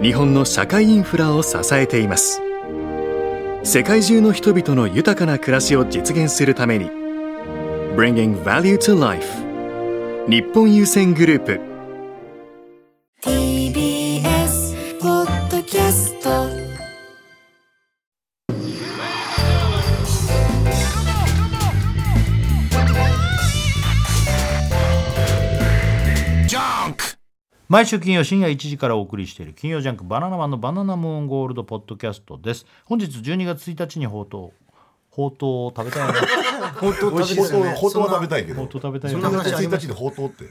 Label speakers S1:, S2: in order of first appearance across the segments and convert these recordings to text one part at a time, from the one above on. S1: 日本の社会インフラを支えています世界中の人々の豊かな暮らしを実現するために Bringing Value to Life 日本郵船グループ
S2: TBS ポッドキャスト
S3: 毎週金曜深夜1時からお送りしている金曜ジャンクバナナマンのバナナムーンゴールドポッドキャストです本日12月1日にほうとうほうとうを食べたいな
S4: ほうとう食べ
S5: ほうとう
S4: たい
S5: ほうとうは食べたいけ
S3: ほうと
S5: ど
S3: う食べたい
S5: 1
S3: な
S5: 日にほうとうって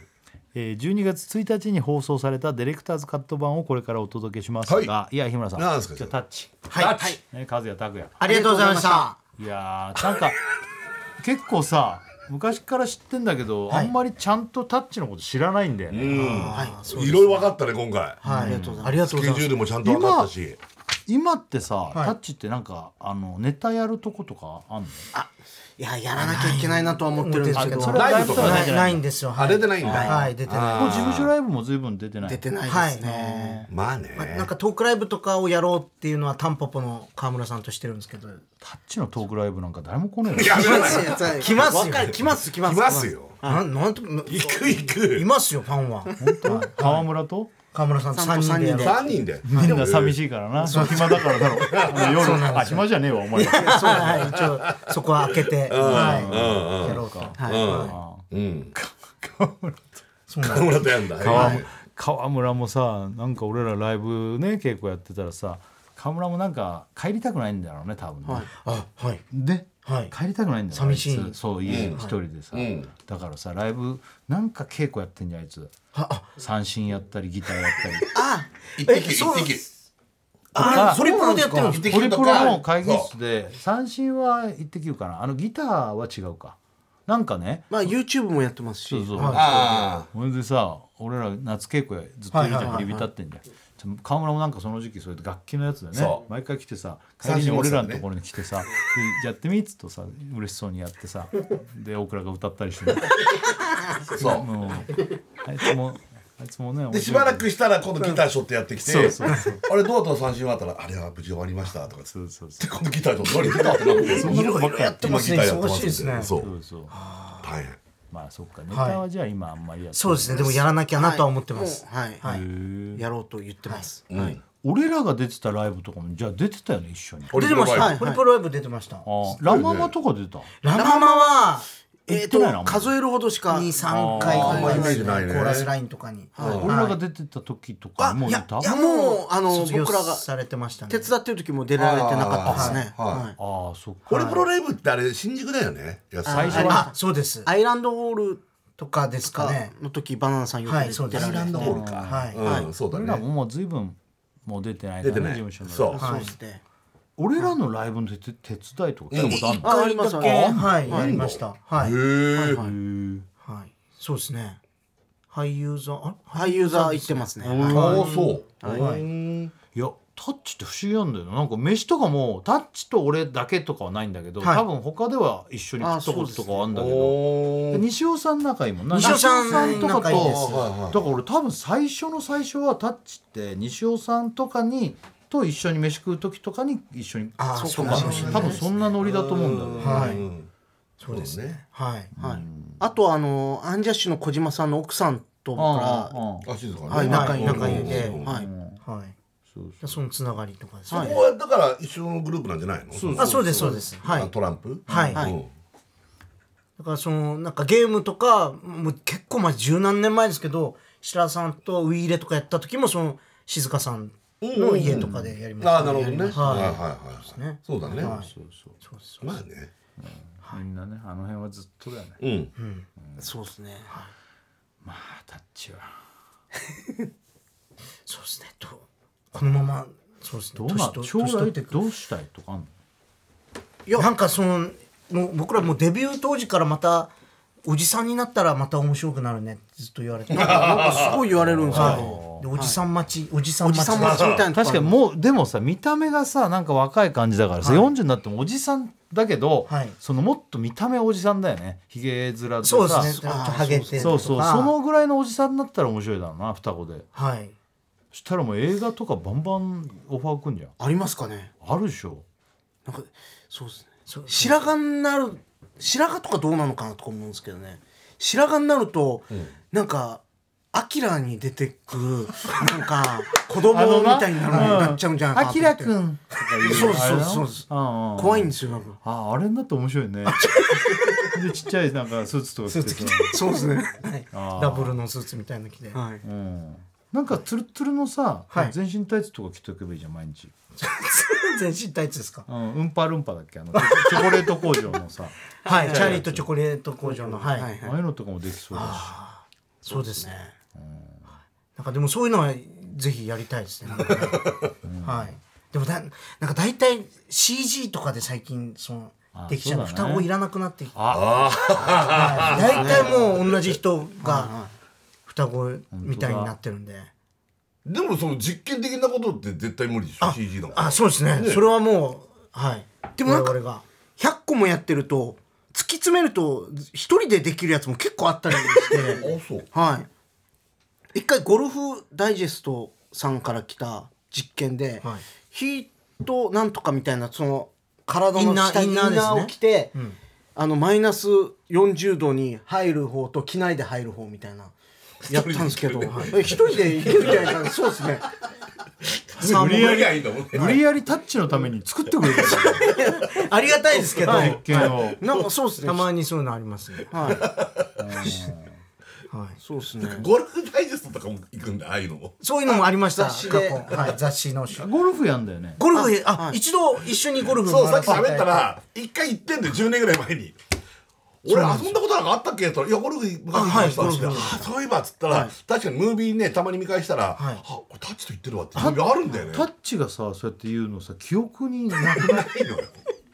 S3: えー12月1日に放送されたディレクターズカット版をこれからお届けしますが、、
S5: はい
S3: や日村さん
S5: なんですか
S3: じゃあタッチ、
S4: はいはい
S3: ね、和也拓也
S4: ありがとうございました
S3: いやーなんか結構さ昔から知ってんだけど、あんまりちゃんとタッチのこと知らないんだよね、
S4: はいそう
S5: いろいろ分かったね今回
S4: はいありがとうございますありがと
S5: ス
S4: う
S5: ケ
S4: ご
S5: ジ
S4: ざい
S5: ュー
S4: ます
S5: ルもちゃんと分かったし
S3: 今ってさ、
S4: い
S3: タッチってなんかあのネタやるとことかあんの
S6: いや、やらなきゃいけないなとは思ってるんですけど、
S3: あそ
S6: そ
S3: れ
S6: れは
S3: は
S5: ラ
S3: ラ
S5: イ
S3: イ
S5: ブ
S3: ブ
S5: と
S3: と
S5: か
S3: かね
S5: ね
S6: ないないんですよ。
S5: あ
S6: はい
S5: れでないん
S4: は
S5: だ
S4: い出てない
S3: もう事務所ライブも随分出てない
S6: 出てない
S4: は
S6: で
S4: い
S6: すね。
S5: まあね
S6: まなんかトークライブとかをやろうっていうのはタンポポの川村さんとしてるんですけど。
S3: タッチのトークライブなんか誰も来ねえよ
S5: やめなさい
S6: 来ますよ。来ます来ま
S5: 来
S6: す。
S5: ますよ
S6: なんなんとな
S5: 行く行
S6: い
S5: く
S6: ますよファンは。
S3: 川村と
S6: 川村さんと三人でやる。
S5: 3人で
S3: みんな寂しいからな暇だからだろあの
S6: そうな
S3: 夜
S6: んで
S3: あ
S6: すよ
S3: 暇じゃねえわお前ら
S6: そうはい一応そこは開けてはいやろうか。はいは
S5: うん河
S6: い。そうなんです
S5: 村とやんだ
S3: 川
S5: はい
S3: 川村もさなんか俺らライブね稽古やってたらさ川村もなんか帰りたくないんだろうね多分ね、
S6: はい。あはい
S3: で、
S6: はい
S3: 帰りたくないんだよ
S6: 寂しい
S3: あつそう家に一人でさ、
S5: ん
S3: だからさライブなんか稽古やってんじゃんあいつ
S6: はあ
S3: 三振やったりギターやったり
S6: あ
S5: 一
S6: え
S5: 気
S6: そう
S5: 一気
S6: あれホリプロでやってるんですか。
S3: ホリプロの会議室で三振は一滴かなあのギターは違うかなんかね
S6: まあ YouTube もやってますし。
S3: そうそう、
S5: あ
S3: それでさ俺ら夏稽古やずっといるじゃん入り浸ってんじゃんちょ川村もなんかその時期それで楽器のやつだよ
S5: そ
S3: ね
S5: う
S3: 毎回来てさ帰
S5: 三
S3: りに
S5: 振持って
S3: 俺
S5: た
S3: ら
S5: ね
S3: のところに来てさ「でやってみ」っつとさ嬉しそうにやってさで大倉が歌ったりして
S5: あそう
S3: もうあいつもあいつもね面白
S5: で
S3: い
S5: しばらくしたら今度ギターしょってやってきて「
S3: そうそうそ
S5: あれどうだったの三振終わったらあれは無事終わりました」とかつ
S3: そ
S5: っ
S3: うそう
S5: て今度ギターしょって何ギターってなって
S6: いろいろやってますね
S5: 今ギターやって
S6: 忙しいですね
S5: そ
S3: そう
S5: う
S3: そう
S5: 大変
S3: まあそっかネタはじゃあ今あんまりやってない
S6: そうですね。でもやらなきゃなとは思ってます。はいはい。
S3: へえ
S6: やろうと言ってます。
S3: 俺らが出てたライブとかもじゃあ出てたよね一緒に
S5: ホリ
S6: 出
S5: プ
S6: て
S5: ロ
S6: ま
S5: ラ
S6: し
S5: イブ
S6: た。はいホリプロライブ出てました。
S3: あラママとか出た
S6: ラママは、
S3: 行
S6: え
S3: っ
S6: ってと
S3: ないな、
S6: 数えるほどしか。2、3
S3: あ
S6: 回
S3: ー
S6: あんまりないですね
S5: あんまりないね
S6: コーラスラインとかに。はい
S3: 俺らが出てた時とかもういた
S6: いや、もう、あの、
S4: 卒業
S6: 僕らが
S4: されてましたね
S6: 手伝ってる時も出られてなかったですね。
S5: あーはい
S6: はい
S3: ああそっ
S5: ホ
S3: か
S5: リプロライブってあれ新宿だよね
S3: 最初は
S4: あそうです
S6: アイランドホール
S4: とかですか
S6: か
S4: ね
S6: の時、バナナさんよく
S4: はい
S6: 出
S4: そう
S6: て
S4: で
S6: ら
S4: す
S6: れて。
S5: アイランドホールか
S4: はい
S5: うんそうだ
S3: 俺らも
S5: ね
S3: もう随分もう出てないか
S5: 出
S3: ら
S5: て
S3: ね
S5: ない
S3: 事務所
S5: そ
S3: の
S5: う
S6: そうですね。
S3: 俺らのライブの手手伝いとか来たことあんの
S6: あ、あります。あります
S4: はいやりましたはい
S5: へえ
S4: はいそうですね俳優座あ
S6: 俳優座行ってますね。はい
S5: ああそう
S3: いやタッチって不思議なんだよななんか飯とかもタッチと俺だけとかはないんだけど、
S4: はい
S3: 多分他では一緒に食ったこととかはあんだけど、
S5: お
S3: で西尾さん仲いいもんな
S4: 西尾さん
S3: 西尾とか
S4: 仲いいです
S5: はいはいはい
S3: とだから俺多分最初の最初はタッチって西尾さんとかにと一緒に飯食う時とかに一緒に
S4: あー
S3: とか
S4: そうかもしれない
S3: 多分そんなノリだと思うんだよね
S4: はい
S5: そうですね
S4: はい
S6: はい。あと、あの、アンジャッシュの小島さんの奥さんとか
S3: うんうんうん
S5: あ静かね
S6: ら、はい、仲いい、
S5: うん
S6: 仲いいんで
S5: う、ん
S6: はい。
S4: はいそのつながりとかです
S5: そ
S4: ね
S5: こはだから一緒のグループなんじゃないのその
S4: あそうですそうですは
S5: あ
S4: い
S5: トランプ
S4: はい
S5: うん
S4: だからそのなんかゲームとかもう結構まあ十何年前ですけど白田さんとウイイレとかやった時もその静香さんの家とかでやりました
S5: ああなるほどねはいはいはいはい
S4: ね
S5: そうだね
S3: そうそう
S4: そうです
S5: まあね
S3: みんなねあの辺はずっとだよね
S5: うん
S6: そうですね。
S3: まあタッチは
S4: そうですねとこのままそうです
S3: ど
S4: ね
S3: うな
S4: 年と
S3: 将
S4: 年取
S3: 来
S4: っていく
S3: どうしたいとかあんの
S4: いやなんかそのもう僕らもうデビュー当時からまたおじさんになったらまた面白くなるねってずっと言われ て
S6: なんかすごい言われるんですよ、
S4: はいでおじさん待ちおじさん
S6: お
S4: 待
S6: じ
S4: ち
S6: さん待ちみたいな
S3: 確かにもうでもさ見た目がさなんか若い感じだからさ、40になってもおじさんだけど、
S4: はい
S3: そのもっと見た目おじさんだよねひげ面でさ
S4: そうですねちょ
S6: あ
S4: っとハゲてる
S3: そ
S4: と
S3: う
S4: か
S3: そうそのぐらいのおじさんだったら面白いだろうな双子で
S4: はい
S3: そしたらもう映画とかバンバンオファーくんじゃん
S6: ありますかね
S3: あるでしょ
S6: なんかそうですね白髪になる白髪とかどうなのかなとか思うんですけどね白髪になると、なんかアキラに出てくるなんか子供みたいになるなっちゃうんじゃないかなと思って
S3: んとか言
S6: そう
S3: あれ
S6: そう
S3: な
S6: そうです
S3: うんうん
S6: 怖いんですよなんか
S3: ああれになって面白い ねでちっちゃいなんかスーツとか着てさ
S6: そうで すねはい、
S3: あー
S4: ダブルのスーツみたいなの着て
S6: はい、
S3: うんなんかツルツルのさ、
S4: はい
S3: 全身タイツとか着ておけばいいじゃん毎日
S4: 全身タイツですか
S3: うん、うんぱるんぱだっけあのチョチョコレ ート工場のさ
S4: はいチャーリーとチョコレート工場のは
S6: はいい
S3: ああいうのとかもできそうだし
S4: そうですねなんかでもそういうのはぜひやりたいですねなんかねはいでもだなんか大体 CG とかで最近その
S3: あ
S4: できちゃうの
S3: そうだね
S4: 双子いらなくなってきて
S3: あ
S4: はい大体もう同じ人が双子みたいになってるんで
S5: でもその実験的なことって絶対無理でしょ CG だもん
S4: あそうですねそれはもうはい
S6: でもなんか
S4: 我々が
S6: 100個もやってると突き詰めると一人でできるやつも結構あった りして
S5: あそう
S6: はい。一回ゴルフダイジェストさんから来た実験で、
S4: はい
S6: ヒートなんとかみたいなその体
S4: イン
S6: の
S4: ナー
S6: 下に
S4: イ
S6: イ
S4: ン
S6: ン
S4: ナー
S6: ナ
S4: ですね
S6: ーを着て、
S4: ん
S6: あのマイナス40度に入る方と着ないで入る方みたいな。やったんですけど、はいえ一人でいけるんじゃないかな、そうですね。
S5: 無理やりやいいんだもんね
S3: 無理やりタッチのために作ってくれた実
S4: ありがたいですけど
S3: 験を
S6: なんかそうですね。
S4: たまにそういうのありますね
S6: はい。はい。そうですね。
S5: ゴルフダイジェストとかも行くんだああいうのも
S4: そういうのもありました
S6: 雑誌で
S4: 過去はい雑誌の
S3: ゴルフやんだよね
S4: ゴルフあ、
S6: はい
S4: 一度一緒にゴルフ
S5: そうさっき
S4: 回
S5: 喋ったら一回行ってんで10年ぐらい前に俺遊んだことなんかあったっけと「いやゴルフ昔行きました」
S4: あ
S5: っ
S4: はい
S5: つって
S4: ゴルフ
S5: あそういえば」っつったら確かにムービーねたまに見返したら「あこれタッチと言ってるわ」ってムービーあるんだよね
S3: タッチがさそうやって言うのさ記憶になくない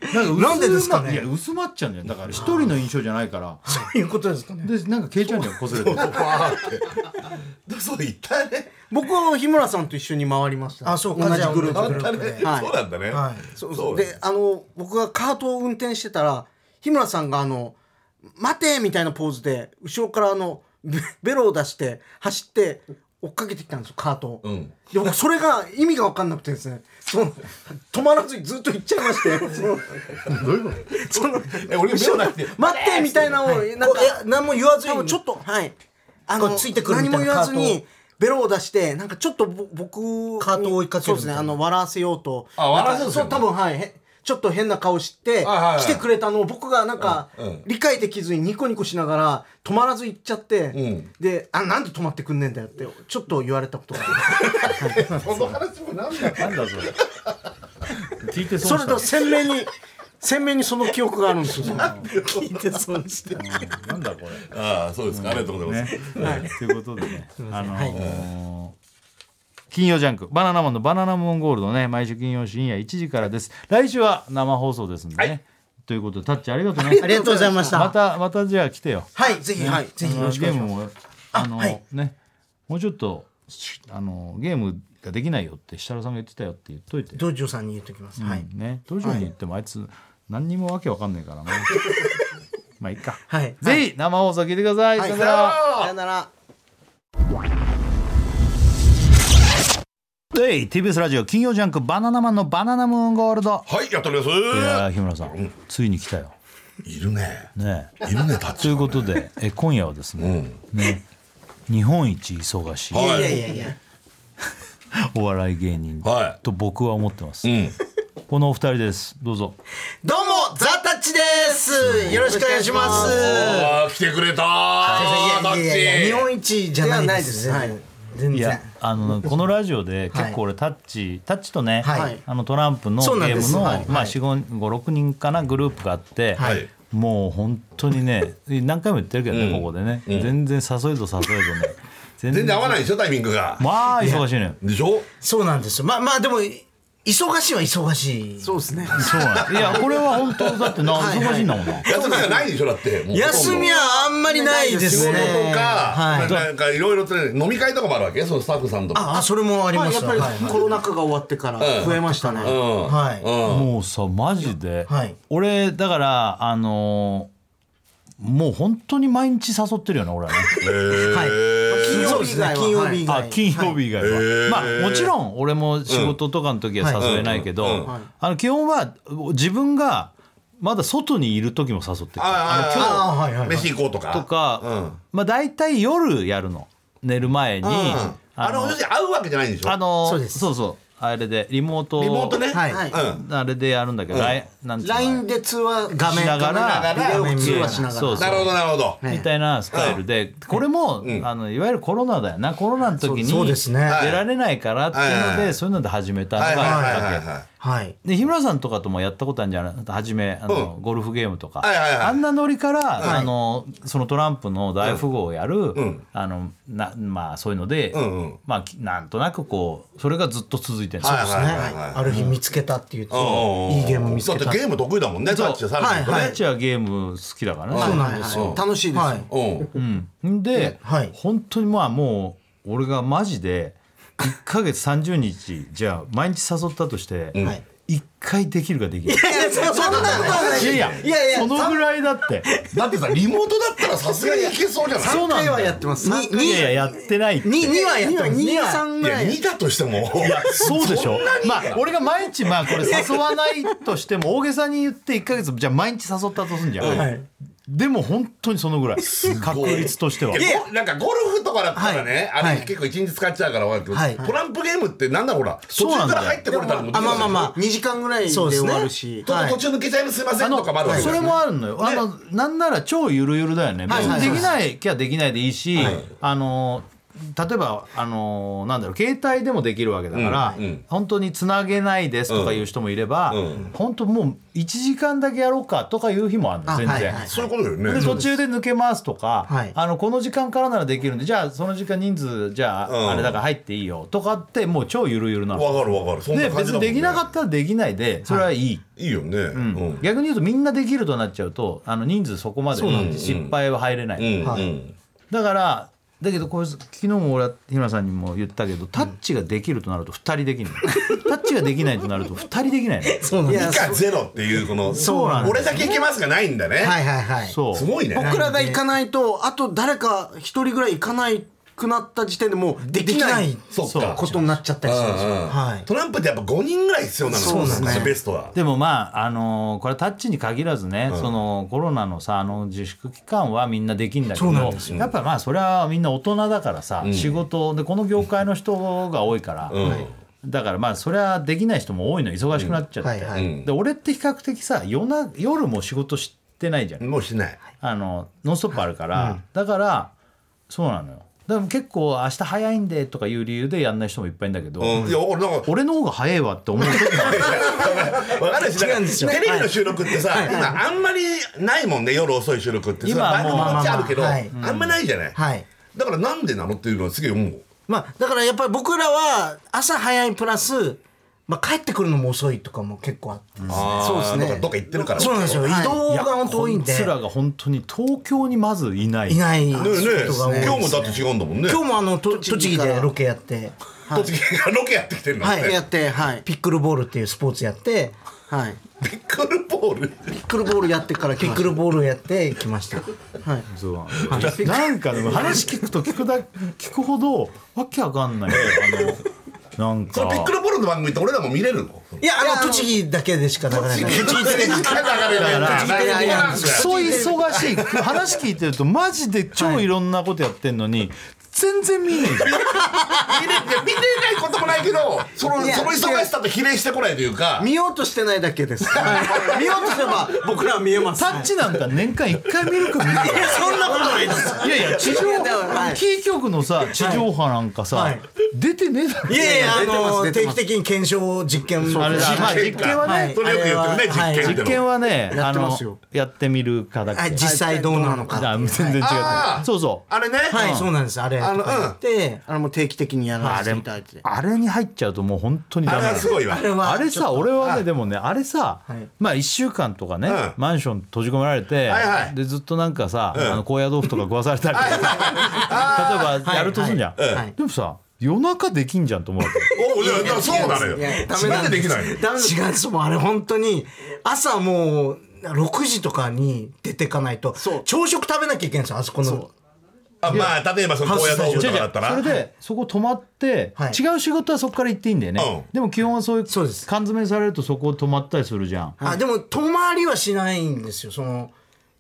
S5: ないのよ
S3: なんか薄
S4: なんでですかね
S3: いや薄まっちゃうんだよだから一人の印象じゃないから
S4: そういうことですかね
S3: でなんか消えちゃうんだよこすれ て
S5: バーってでそう言ったよね
S6: 僕は日村さんと一緒に回りました。
S4: あそう
S6: 同
S4: か
S6: じグループ
S4: じゃあ
S5: あ
S6: で
S5: んたね、
S6: はい
S5: そうなんだね、
S4: はい
S6: そ
S5: そ
S6: うそうう
S5: だ
S6: であの僕がカートを運転してたら日村さんがあの「待て!」みたいなポーズで後ろからあのベベロを出して走って追っかけてきたんですよカートを、
S5: うん
S6: で僕それが意味が分かんなくてですねその止まらずにずっと行っちゃい ましてその
S5: どういうこと
S6: その
S5: え 俺目をなく て
S6: 「待って!」みたいなのをなんか
S4: こういや何も言わずに
S6: 多分ちょっとはいあ
S4: こ
S6: の
S4: うついてくるみたいな
S6: 何も言わず
S4: カー
S6: にベロを出してなんかちょっとぼ僕
S4: カートを追いかける
S6: そうですね
S4: みたいな
S6: あの笑わせようと
S5: あ笑わせようとす
S6: そ
S5: る
S6: う
S5: の
S6: 多分はいへちょっと変な顔して
S5: はいはいはい
S6: 来てくれたのを僕がなんか
S5: うんうん
S6: 理解できずにニコニコしながら止まらず行っちゃって
S5: ん
S6: で「あなんで止まってくんねえんだよ」ってちょっと言われたことがある
S5: その話もなんだよ
S3: なんだそれ聞いて
S6: そ
S3: 損
S6: れ
S3: し
S6: と
S3: た
S6: 鮮明に鮮明にその記憶があるんですよ
S4: 聞いてそうして
S3: なんだこれ
S5: ああそうですか、ありが とうございます、
S3: ね。ということでね、あのー金曜ジャンクバナナマンのバナナモンゴールドね毎週金曜深夜1時からです来週は生放送ですんでね、ということでタッチありがとうね
S4: ありがとうございました
S3: またまたじゃあ来てよ
S4: はいぜひはいぜひよろしくお
S3: ゲー
S4: 願いし
S3: ム
S4: ます
S3: もあの、
S4: はい
S3: ねもうちょっとしあのゲームができないよって設楽さんが言ってたよって言っといて
S4: 道場さんに言っときます、はい
S3: うんね道場に行ってもあいつ何にもわけわかんないから ねまあいいか、
S4: はい
S3: ぜひ生放送聞いてください、さよなら
S6: さよなら
S3: で TBS ラジオ金曜ジャンク「バナナマンのバナナムーンゴールド
S5: はいやっております」
S3: いやー日村さんついに来たよ
S5: いるね
S3: ねえ
S5: いるねタッチ
S3: ということでえ今夜はですね,、ね日本一忙しい
S5: はい
S4: いやいやいや
S3: お笑い芸人
S5: は
S3: と僕は思ってます、
S5: うん
S3: このお二人ですどうぞ
S4: どうもザタッチですよろしくお願いします
S5: ああ来てくれたータ
S4: いやいや
S5: ッ
S4: いや日
S5: チ
S4: 本一じゃないです
S6: ではないで
S4: はい全
S3: い
S4: 然
S3: やあのこのラジオで結構俺タッチタッチとね、
S4: はい
S3: あのトランプのゲ
S4: そうなん
S3: ー
S4: で
S3: ム
S4: す
S3: の、
S4: はい
S3: ま
S4: は
S3: あ
S4: い
S3: 456人かなグループがあって、
S5: はい
S3: もう本当にね何回も言ってるけどね、ここでね、全然誘いと誘いとね全
S5: 全然合わないでしょタイミングが
S3: まあ忙しいね
S5: でしょ
S4: そうなんですよまあまあでも忙しいは忙しい
S6: そうですね。
S3: そうなんいやこれは本当だってな忙しいんだもんな
S5: 休みがないでしょだってもうほとんど
S4: 休みはあんまりないで
S5: 仕
S4: す
S5: 事と
S4: ね
S5: か、
S4: はい
S5: なんかいろいろとね飲み会とかもあるわけそのスタッフさんとか
S4: ああそれもあり
S6: まあ
S4: ま
S6: や
S4: し
S6: ったぱ
S4: はい
S6: り
S4: はい
S6: コロナ禍が終わってから増えましたね。
S5: うん
S4: はい
S5: うん
S3: もうさマジで、
S4: はい
S3: 俺だからあのーもう本当に毎日誘ってるよな俺はね
S4: はい金曜
S6: そうで
S4: 日以
S6: すね
S4: 外は金曜日以
S3: あ
S4: 外
S3: 金曜日以外は、
S5: ー
S3: まあもちろん俺も仕事とかの時は誘えないけど、
S5: うんは
S3: あの基本は自分がまだ外にいる時も誘ってる
S5: ああ
S4: あはい
S5: 今
S4: は
S5: 日
S4: い
S5: 飯行こうとか
S3: とか、
S5: うん
S3: まあ大体夜やるの寝る前に、
S5: うんあの要するに会うわけじゃないんでしょ
S3: あの
S4: そうです
S3: そうそうあれでリモート
S5: リモートね
S4: はい
S6: はい
S5: うん
S3: あれでやるんだけど、ラインなんていうの
S6: LINE で通話
S3: 画面
S6: しな
S3: か
S6: が
S3: ら
S6: らビデオ通話しながら
S3: そうそう
S5: なるほどなるほど
S6: ね
S3: みたいなスタイルで、これも、あのいわゆるコロナだよなコロナの時に
S4: そうですねはい
S3: 出られないからっていうので、
S5: はいはい
S3: そういうので始めたのが
S5: はいはいはいは
S3: きっ
S5: い
S3: かけ
S5: は
S4: はい
S3: で日村さんとかともやったことあるんじゃない初めあの、ゴルフゲームとか、
S5: はいはいはい
S3: あんなノリから、あのそのトランプの大富豪をやる、あのなまあそういうので、
S5: んうん
S3: まあきなんとなくこうそれがずっと続いてるんです
S5: はい
S3: よ
S5: はい
S4: ですねある日見つけたっていう
S5: うんうんうん
S4: いいゲーム見つけ
S5: だ
S4: た
S5: ってゲーム得意だもんねタッチさ
S4: は
S5: れ
S4: い
S5: てる
S3: タッチはゲーム好きだからね、
S6: そう
S4: な
S6: なん
S4: で
S6: んですす
S4: よ
S6: よ。楽しいですよ。
S4: はい
S5: うん
S3: うん、で、
S4: はい
S3: 本当にまあもう俺がマジで1ヶ月30日じゃあ毎日誘ったとして、
S4: はい
S3: 一1回できるかできない
S4: いやそんなことはない
S3: いやいや
S4: いや
S3: そのぐらいだって
S5: だってさリモートだったらさすがにいけそうじゃない
S3: そうなんだよ
S6: はやってます。
S4: に
S3: いやいややってないって
S4: ににはやってます
S6: 二
S4: には
S6: 三
S5: い
S6: ぐ
S5: や
S6: らい。
S5: 2だとしても
S3: いやそうでしょまあ俺が毎日まあこれ誘わないとしても大げさに言って1ヶ月じゃあ毎日誘ったとすんじゃん、
S4: はい
S3: でも本当にそのぐらい確率と してはい
S5: やなんかゴルフとかだったらね、
S4: はい
S5: あれ結構一日使っちゃうからわかるけど、
S4: はい
S5: トランプゲームってなんだほら途
S3: そうな
S5: 中
S3: ん
S5: か
S3: だよ
S5: ら入ってこれたらもうでき
S4: あ
S5: ない
S4: まあまあまあ
S6: 2時間ぐらいで終わるし。
S5: ちょっと途中抜けちゃいますすいませんとかもあるわけ
S3: それもあるのよ、あのなんなら超ゆるゆるだよね、
S4: はいはい
S3: 別にできないきゃできないでいいし、あの例えばあのなんだろう携帯でもできるわけだから、
S5: うんうん
S3: 本当につなげないですとかいう人もいれば、
S5: うん
S3: 本当もう1時間だけやろうかとかいう日もあるの全然。
S4: はいはい
S5: そういうことだよね
S3: で途中で抜けますとか、
S4: はい
S3: あのこの時間からならできるんでじゃあその時間人数じゃあ、
S5: うん
S3: あれだから入っていいよとかってもう超ゆるゆるなの。
S5: わかるわかるそん
S3: で
S5: な感
S3: 別
S5: じだも
S3: に
S5: んね
S3: できなかったらできないでそれはいい
S5: いいよねうんうん
S3: 逆に言うとみんなできるとなっちゃうとあの人数そこまで失敗は入れない、
S5: うん
S4: はい
S3: だからだけどこれ昨日も俺は日村さんにも言ったけどタッチができるとなると2人できない タッチができないとなると2人できないの
S4: そうなん
S5: 以
S4: で
S5: 下ゼロっていうこの
S4: そうなんです
S5: 俺だけいけますがないんだね、
S4: すはいはいはい
S3: そう
S5: すごいね
S6: 僕らが行かないとあと誰か一人ぐらい行かないくなった時点でもうできない
S5: そっか
S6: ことになっちゃったりするんです
S5: うん
S6: よ。
S5: うん
S4: はい
S5: トランプってやっぱ5人ぐらい必要なの
S6: そうですね
S5: ベストは
S3: でもまあ、あのーこれはタッチに限らずね、そのコロナのさあの自粛期間はみんなできんだけどやっぱまあそれはみんな大人だからさ、仕事でこの業界の人が多いから、だからまあそれはできない人も多いの忙しくなっちゃって、
S4: はいは
S3: で俺って比較的さ夜な夜も仕事してないじゃん、
S5: もうしない
S3: あのノンストップあるから、だからそうなのよでも結構明日早いんでとかいう理由でやんない人もいっぱいいんだけど、
S5: うんいや俺なんか
S3: 俺の方が早いわって思う時がある
S5: わかるし、だか
S4: 違うんですよ
S5: らテレビの収録ってさ、今あんまりないもんね、夜遅い収録って。
S3: 今は
S5: 番
S3: もう
S5: 組もちあるけど、
S4: まあ
S5: あ
S4: まあま
S5: んまないじゃない。
S4: はい
S5: だからなんでなのっていうのはすげえ思う。
S4: まあだからやっぱり僕らは朝早いプラスまあ帰ってくるのも遅いとかも結構あって
S5: そうですね。どっか行ってるから。
S4: そうなんですよ移
S6: はい
S4: 動が本当多いん
S3: こ
S4: で
S3: いつらが本当に東京にまずいない
S4: いない
S5: ねえね
S4: ことが多い
S5: え
S4: です
S5: 今日もだって違うんだもんね。
S4: 今日もあのと栃
S6: 栃
S4: 木
S6: 木から
S4: でロケやって
S5: 栃木がロケやってきてるの。
S6: はい、や
S5: ね
S6: ってはい
S4: ピックルボールっていうスポーツやって
S6: はい
S5: ビックルボール。
S6: ピックルボールやってから
S4: ピ
S6: 来
S4: ッ
S6: ま
S4: ク
S6: し
S4: ルボールやってきました
S6: はい
S3: そうなんかでも話聞くと聞くだ聞くほどわけわかんないあのなん
S5: そ
S3: か
S5: のビックルボールの番組って俺らも見れるの
S4: いやあの栃木だけでしか流れない
S5: 栃木でしか流れないんだよ。
S4: だから
S5: ないなんだ
S3: ク
S5: よ
S3: ソ忙しい話聞いてるとマジで超いろんなことやってんのに、全然見えない
S5: 見れいや見れないこともないだけどそのその忙しさと比例してこないというか
S6: 見ようとしてないだけです。見ようとすれば僕らは見えます。
S3: タッチなんか年間1回見るか見 ないか
S6: そんなことないです。
S3: いやいや地上
S6: いやでもはい
S3: キー局のさ地上波なんかさ、
S4: はい
S3: 出てねえだろ
S4: いやいや、あ
S6: 出てます
S4: の、
S6: 出て
S4: 定
S6: ま
S4: 期
S6: す
S4: 的に検証実験
S3: あれだまあ実
S5: 実
S3: 験
S5: 験
S3: は
S5: か
S3: ね、
S4: はい
S5: それよく言ってるね
S4: はい
S5: 実験って
S3: 実験はね
S6: や
S3: あ
S6: ってま
S3: の
S6: すよ
S3: やってみるかだっけ、
S4: はい実際どうなのかっていう
S3: あ全然違
S5: あ
S3: う
S5: ー
S3: そうそう
S5: あれね
S4: はい、そうなんです。あれ。
S5: あのうん
S4: で、
S6: あれも定期的にやらせていただいて。
S3: あれに入っちゃうともう本当にダメ
S5: あれ
S3: な
S5: は
S3: の
S5: すごいわ
S4: あれは、
S3: あれさ俺はねでもねあれさ
S4: はい
S3: まあ1週間とかね
S5: うん
S3: マンション閉じ込められて
S5: はいはい
S3: でずっとなんかさ
S5: ん
S3: あの高野豆腐とか食わされたりとか例えばやるとすんじゃん
S4: はいはい
S3: でもさ夜中できんじゃんと思うわけ
S5: おいやいやそうなのよ
S4: いやダメ
S5: なんでできないの
S4: ダメ違うんですもうあれ本当に朝もう6時とかに出てかないと
S6: そう
S4: 朝食食べなきゃいけないんですよあそこの
S5: あまあ例えばその高野豆腐
S3: 違
S5: と
S3: う
S5: か
S3: 違
S5: だ
S3: う
S5: ったら
S3: それでそこ泊まって
S4: はい
S3: 違う仕事はそこから行っていいんだよね
S5: うん
S3: でも基本はそういう
S4: そ
S3: 缶
S4: うです
S3: 詰めされるとそこ泊まったりするじゃん
S4: あでも泊まりはしないんですよその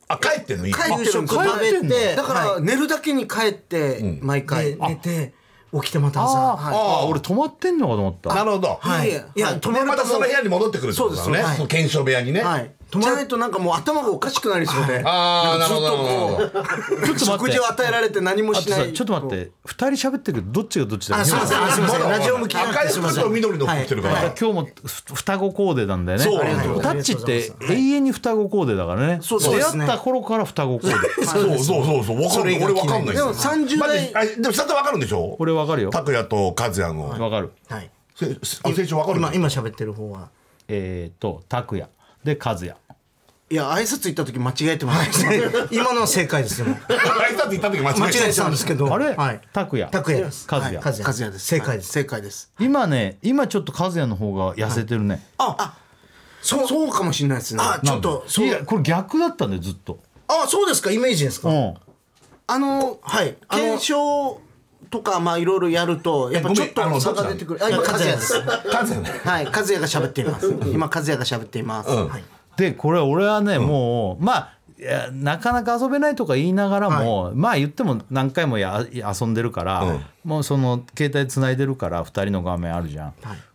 S5: あ帰ってんのいい
S4: 帰る食
S3: あ
S4: 食
S3: 帰って
S4: べ
S3: んの
S4: て
S6: だから
S4: はい
S6: 寝るだけに帰って毎
S4: で
S6: 回。
S4: 寝て起きてまた
S3: あ
S4: 朝
S3: ーあー俺泊まってんのかと思った
S5: なるほど
S4: はいい
S6: やいや
S4: いや泊ま
S5: で
S4: る
S5: またその部屋に戻ってくるってことだ
S4: そうで
S5: ね
S4: すはい
S5: その検証部屋にね
S6: はい。止まらないとなんかもう頭がおかしくなりそうで。
S5: ああなるほどなる
S3: ちょっと
S5: ほど
S3: 待
S6: 食
S3: って
S6: 事を与えられて何も
S3: あ
S6: し
S3: と
S6: な
S3: さ
S6: い。
S3: ちょっと待って二人喋ってるけどどっちがどっちだか
S4: あすいませんあすいません
S5: まだ
S4: ラジオ向きなん
S5: 赤い
S4: ですいま
S5: 服
S4: せん
S5: と緑の服着てるか
S4: はいは
S5: ら
S4: い
S3: 今日もふ双子コーデなんだよね
S5: そう
S3: ありがと
S4: はい
S3: タッチって永遠に双子コーデだからね
S6: そうそうですね
S3: 出会った頃から双子コーデ
S5: そうそうそうそうわかんない俺わかんない
S6: でも
S5: 三
S6: 30代
S5: でもちゃんとわかるんでしょ
S3: 俺わかるよ
S5: 拓也と和也の
S3: わかる
S4: はい
S5: せあ成長わかる
S4: 今今喋ってる方は
S3: えっと拓也で和也
S6: いや挨拶行った時間違えてます。
S4: 今のは正解 ですよ
S5: 挨拶行った時間
S4: 間
S5: 違え
S4: 違えてたんですけど
S3: あれ
S4: はい
S3: 拓也
S4: 拓也です
S3: 和
S4: はい
S3: 也
S4: 和也
S6: 和也です。
S4: 正解です
S6: 正解です。
S3: 今ね今ちょっと和也の方が痩せてるね
S6: そうそうかもしれないですね。
S4: あちょっとそう
S3: いやこれ逆だったんだよずっと
S4: あそうですかイメージですか
S3: うん
S6: あの
S4: はいあの
S6: 検証とかまあいろいろやるとやっぱちょっ
S5: ごめんあの
S6: と差が出てくる。あ今
S4: どっち
S6: 和
S4: なの
S6: 也です。
S4: 和
S5: た和也ね
S6: はい和也が喋っています。今和也が喋っています。はい
S3: でこれ俺はね、もうまあいやなかなか遊べないとか言いながらも、まあ言っても何回もや遊んでるから、もうその携帯つないでるから2人の画面あるじゃん、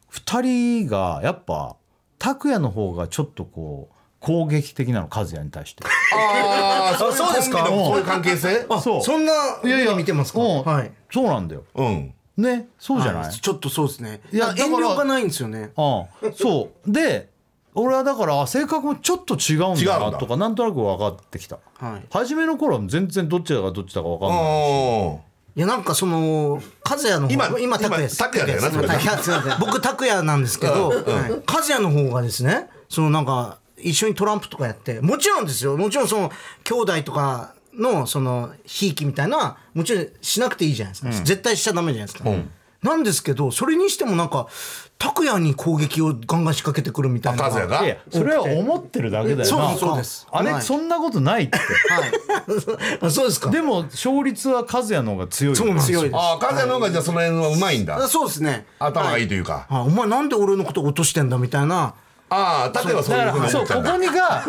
S3: 二2人がやっぱ拓哉の方がちょっとこう攻撃的なの和也に対して
S5: ああそうですかそういう関係性
S3: そう
S4: そんない
S3: やいや
S4: 見てますか
S3: うん
S4: はい
S3: そうなんだよ
S5: うん
S3: ねそうじゃない、
S6: ちょっとそうですね。
S3: いや
S6: あ
S3: だ
S6: 遠
S3: から
S6: 慮がないんですよね。
S3: うん、そうで俺はだからあ性格もちょっと違うんだ
S5: 違うん
S3: な
S5: だ
S3: とかなんとなく分かってきた、
S6: はい
S3: 初めの頃は全然どっちだかどっちだか分かんない
S5: あ
S4: いやなんかその和也の方
S5: 今
S4: 今拓也です
S5: 今拓也だよな
S4: 拓也ですはいいやすいま せん僕拓也なんですけどはい和也の方がですねそのなんか一緒にトランプとかやってもちろんですよもちろんその兄弟とかのそのひいきみたいなのはもちろんしなくていいじゃないですか、絶対しちゃダメじゃないですか、なんですけどそれにしてもなんか拓也に攻撃をガンガン仕掛けてくるみたいな
S5: 和也が
S3: いやそれは思ってるだけだよな
S4: そうそうです
S3: あ
S6: は
S3: れ
S6: い
S3: そんなことないって
S4: あ そうですか
S3: でも勝率は和也の方が強いよ
S4: なんですよ
S6: 強いです。
S5: ああ和也の方がじゃあその辺はうまいんだ
S6: そうですね。
S5: 頭がいいというか
S4: あお前なんで俺のこと落としてんだみたいな
S5: ああ拓也はそう
S3: だ
S5: いうふう
S3: か
S5: に
S3: ら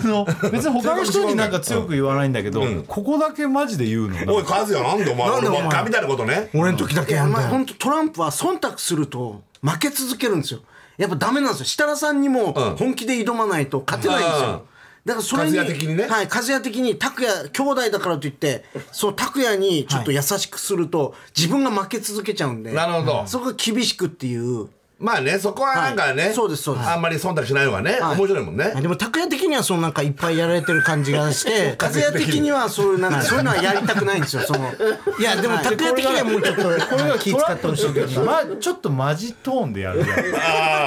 S3: そ
S5: 思
S3: う
S5: っちゃ
S3: こ
S5: う
S3: こにがあ
S5: んだ
S3: の別に他の人になんか強く言わないんだけど、ここだけマジで言うの
S5: おい和也なんでお前
S4: なん
S5: 俺
S4: でお前
S5: ばっかみたいなことね
S4: 俺の時だけ
S6: いや
S4: やんだ
S6: まあ
S4: よ
S6: 本当トランプは忖度すると負け続けるんですよやっぱダメなんですよ設楽さんにも
S5: ん
S6: 本気で挑まないと勝てないんです
S5: うん
S6: よだからそれに
S5: 和也的にね
S6: はい和也的に拓也兄弟だからといってそう拓也にちょっと優しくすると、自分が負け続けちゃうんで
S5: なるほど
S6: そこが厳しくっていう
S5: まあねそこはなんか
S6: は
S5: ね
S6: いそうですそうです
S5: あんまり忖度しない方がね面白いもんね
S4: あでも拓也的にはそのなんかいっぱいやられてる感じがして
S6: 和也的にはそういうなんかそういうのはやりたくないんですよその
S4: いやでも拓也的にはもうちょっとこれが気
S3: ト
S4: 使
S3: ラッ
S4: って
S3: プ
S4: ほ
S3: の
S4: しい
S3: 人
S4: けど
S3: たち、ま、ちょっとマジトーンでやる やん
S5: あ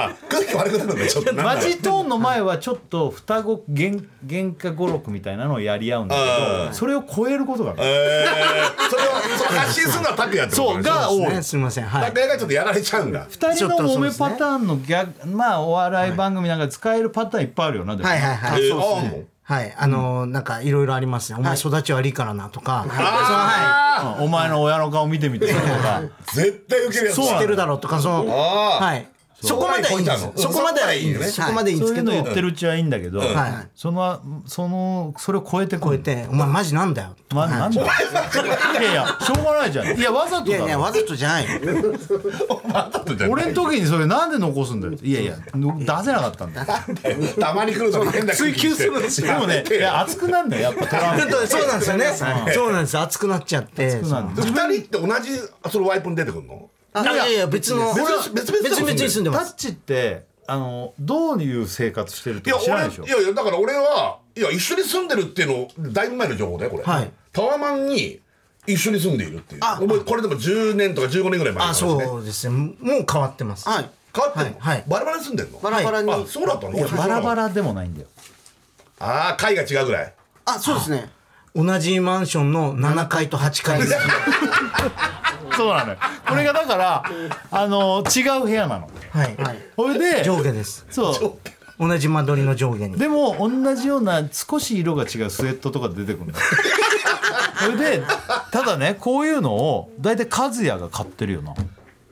S5: あ空気悪くなるんだよちょっとなんだ
S3: マ
S5: ろう
S3: ジトーンの前はちょっと双子喧喧嘩語録みたいなのをやり合うんだけどそれを超えることがある
S5: えーそれをそれを発信するのは拓也ってこと
S3: そうが多い
S4: ねすみませんはい
S5: 拓也がちょっとやられちゃうんだ
S3: 二人の揉めパターンのギャグまあお笑い番組なんかで使えるパターンいっぱいあるよなでも
S4: はいはい
S5: え
S4: はい
S5: ー
S4: そう
S5: ああもう
S4: はいあのーなんかいろいろありますねお前育ち悪いからなとかそうは
S5: あ
S3: うんお前の親の顔見てみてとか
S5: ー絶対受けるやつだ
S4: い知ってるだろうとかその
S5: あー
S4: はいそこまではいいんで
S7: はいこい
S4: す
S7: た
S4: そ
S7: の
S4: こまではいいんです
S7: そ
S4: そこまでいいんで
S3: そ
S4: す
S3: うい
S4: け
S3: う
S4: ど
S3: の言ってるうちはいいんだけど、
S4: はい
S3: そのそのそれを超えてく
S4: 超
S3: る
S4: えて「お前マジなんだよ」
S3: まなんだよいやいやしょうがないじゃんいやわざ
S4: い
S3: とだ
S4: や
S3: ろ
S4: いやわざとじゃない よ
S3: 俺の時にそれなんで残すんだよいやいやの出せなかったんだよ
S7: たまに来ると変だ
S4: 追求するんです
S3: でもねいや熱くなんだよやっぱトランプ
S4: そうなんですよねそうなんです熱くなっちゃって
S3: 熱くなるんだよ
S5: 二人って同じそのワイプに出てくるの
S4: あいやいや別の
S5: 別々別々
S4: 別々に住んで
S3: タ
S4: ます
S3: ッチってあのどういう生活してる
S5: い
S3: と
S5: や
S3: か
S5: 俺
S3: 知らないでしょ
S5: いやいやだから俺はいや一緒に住んでるっていうのだいぶ前の情報だよこれ、
S4: はい
S5: タワマンに一緒に住んでいるっていう
S4: あ
S5: もうこれでも10年とか15年ぐらい前の
S4: あ
S5: 話ね
S4: そうですねもう変わってます
S6: はい
S5: 変わってんの、
S4: はいはい
S5: バラバラに住んでんの
S6: バラバラに
S5: あそうだったの
S3: バラバ
S5: ラ
S3: ラでもないんだよ
S5: ああ階が違うぐらい
S6: あそうですね
S4: 同じマンションの7階と8階です
S3: そうなのよこれがだからあの違う部屋なの
S4: はい
S3: それで
S4: 上下です
S3: そう
S4: 同じ間取りの上下に
S3: でも同じような少し色が違うスウェットとか出てくるのそれでただねこういうのを大体和也が買ってるよな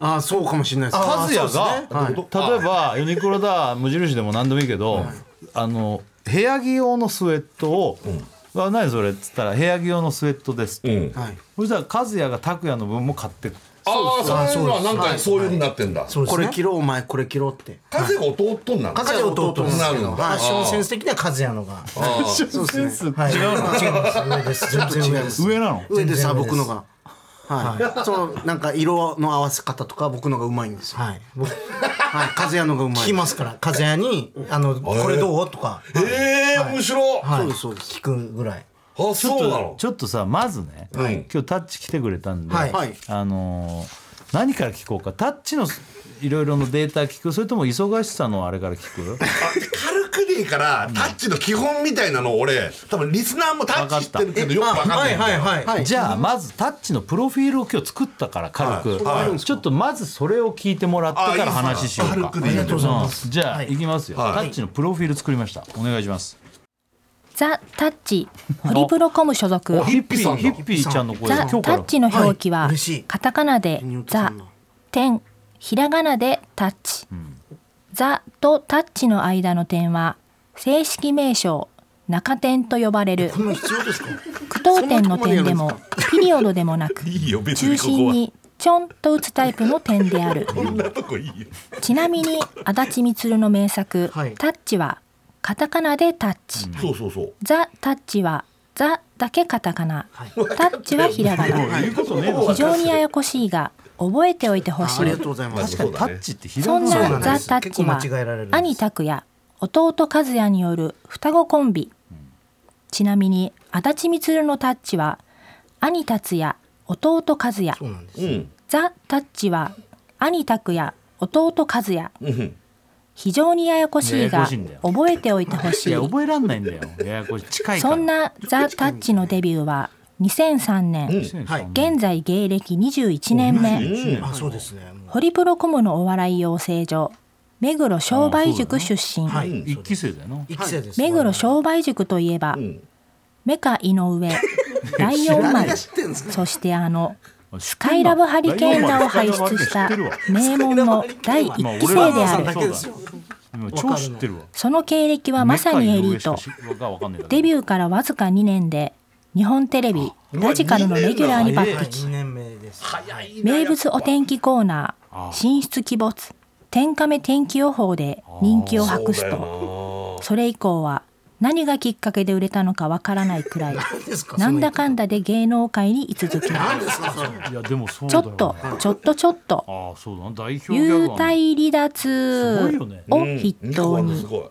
S6: あそうかもしれないです
S3: 和也が、
S6: そうですね
S3: 例えばユニクロだ無印でも何でもいいけど、あの部屋着用のスウェットを「わ何それ?」っつったら「部屋着用のスウェットです」
S5: うん、あ
S6: はい
S3: そしたら和也が拓也の分も買ってく
S5: あそういうのはなん
S6: は
S5: か
S6: い
S5: そういうふうになってんだ、
S4: そうです
S6: こ
S4: ね
S6: れ着ろお前これ着ろって
S5: 風が弟になるの
S4: 和也は弟です
S5: な
S4: け
S5: る
S4: ど
S5: ん
S4: フ
S5: だ
S4: ァッションセン
S5: ス
S4: ス的には和也のが
S3: そうですね
S4: はい違うの違います上です全然上です
S3: 上なの
S6: 上で
S4: 全然上
S6: さ
S4: で
S6: 僕
S4: す
S6: のがはいそのなんか色の合わせ方とか僕のがうまいんで すよ
S4: はい僕
S6: はい和也のがうまい
S4: 聞きますから和也に「あのこれどう?」とか
S5: ええー、面白い、
S4: はい
S6: そうですそうです
S4: 聞くぐらい
S5: あそうなの
S3: ちょっとさまずね、
S5: はい
S3: 今日タッチ来てくれたんで、
S4: はい
S6: はい
S3: あのー何から聞こうかタッチのいろいろのデータ聞くそれとも忙しさのあれから聞く
S5: あ軽くでいいからタッチの基本みたいなのを俺多分リスナーもタッチしてるけどよくわかんないんだよ
S4: はい
S6: はい
S3: じゃあまずタッチのプロフィールを今日作ったから軽く、
S5: はいはい
S3: ちょっとまずそれを聞いてもらってから
S5: あいいっす
S3: 話しようか
S5: 軽くでいいんでありがとうご
S4: ざいます
S3: うんじゃあ、、
S4: はいい
S3: きますよ、
S5: はい
S3: タッチのプロフィール作りましたお願いします
S8: ザ・タッチホリプロコム所属
S3: ヒッピーヒッピーちゃんの声
S8: ザ・タ
S3: 今日から
S8: ッチの表記
S4: はい
S8: は
S4: 嬉しい
S8: カタカナでザ点ひらがなでタッチザとタッチの間の点は正式名称中点と呼ばれる
S4: こんな必要ですか
S8: 句読点の点でもピリオドでもなく
S5: いいよ別
S8: 中
S5: にここ
S8: 心
S5: は
S8: にちょんと打つタイプの点である
S5: こんなとこいいよ
S8: ちなみに足立光の名作
S4: はい
S8: 「タッチ」はカタカナでタッチ
S5: そうそうそう
S8: 「ザ・タッチ」は「ザ」だけカタカナ「タッチ」はひらがな
S3: 言うことねえだろ
S8: 非常にややこしいが覚えておいてほし
S6: あり
S8: い
S6: がとうございます
S3: 確かにタッチってひら
S8: そ
S3: が
S8: ん
S3: な
S8: な
S4: そうなんです
S8: ザ・タッチは
S4: 結構間違えられるんです
S8: 兄拓也弟和也による双子コンビちなみに足立光のタッチは兄達也弟和也
S4: そうなんです
S5: うん
S8: ザ・タッチは兄拓也弟和也
S5: うん
S8: 非常にややこしい
S3: やや
S8: が
S3: こしいんだよ
S8: 覚えておいてほし
S3: い
S8: い
S3: や覚えらんないんだよややこしい近いから
S8: そんなザ・タッチのデビューは2003年
S3: はい
S8: 現在芸歴21年目
S4: あそうですねもう
S8: ホリプロコムのお笑い養成所目黒商売塾出身
S4: はい
S3: 一期生だよな
S4: 一期生です
S8: 目黒商売塾といえば、メカ井 上ライオン丸そしてあのスカイラブハリケーンダを輩出した名門の第一期生であ
S3: まあ俺らもそう
S8: る
S3: だよ今超知ってるわ
S8: その経歴はまさにエリートデビ
S3: ュー
S8: ューからわずか2年で日本テレビラジカルのレギュラーに抜
S4: はい
S8: 擢
S4: 二年目です
S8: 名物お天気コーナー「進出鬼没天カメ天気予報」で人気を博すとそれ以降は何がきっかけで売れたのかわからない くらい
S4: ですか
S8: なんだかんだで芸能界に居続ける
S3: いやでもそう
S8: ち
S3: だ
S8: ょ
S3: よ
S8: っとちょっとちょっと
S3: ああそうだな代表ギャ
S8: 幽
S3: グは
S8: 体離
S3: すご
S8: 脱
S3: いよね
S8: を筆頭
S5: す
S8: に
S5: ごい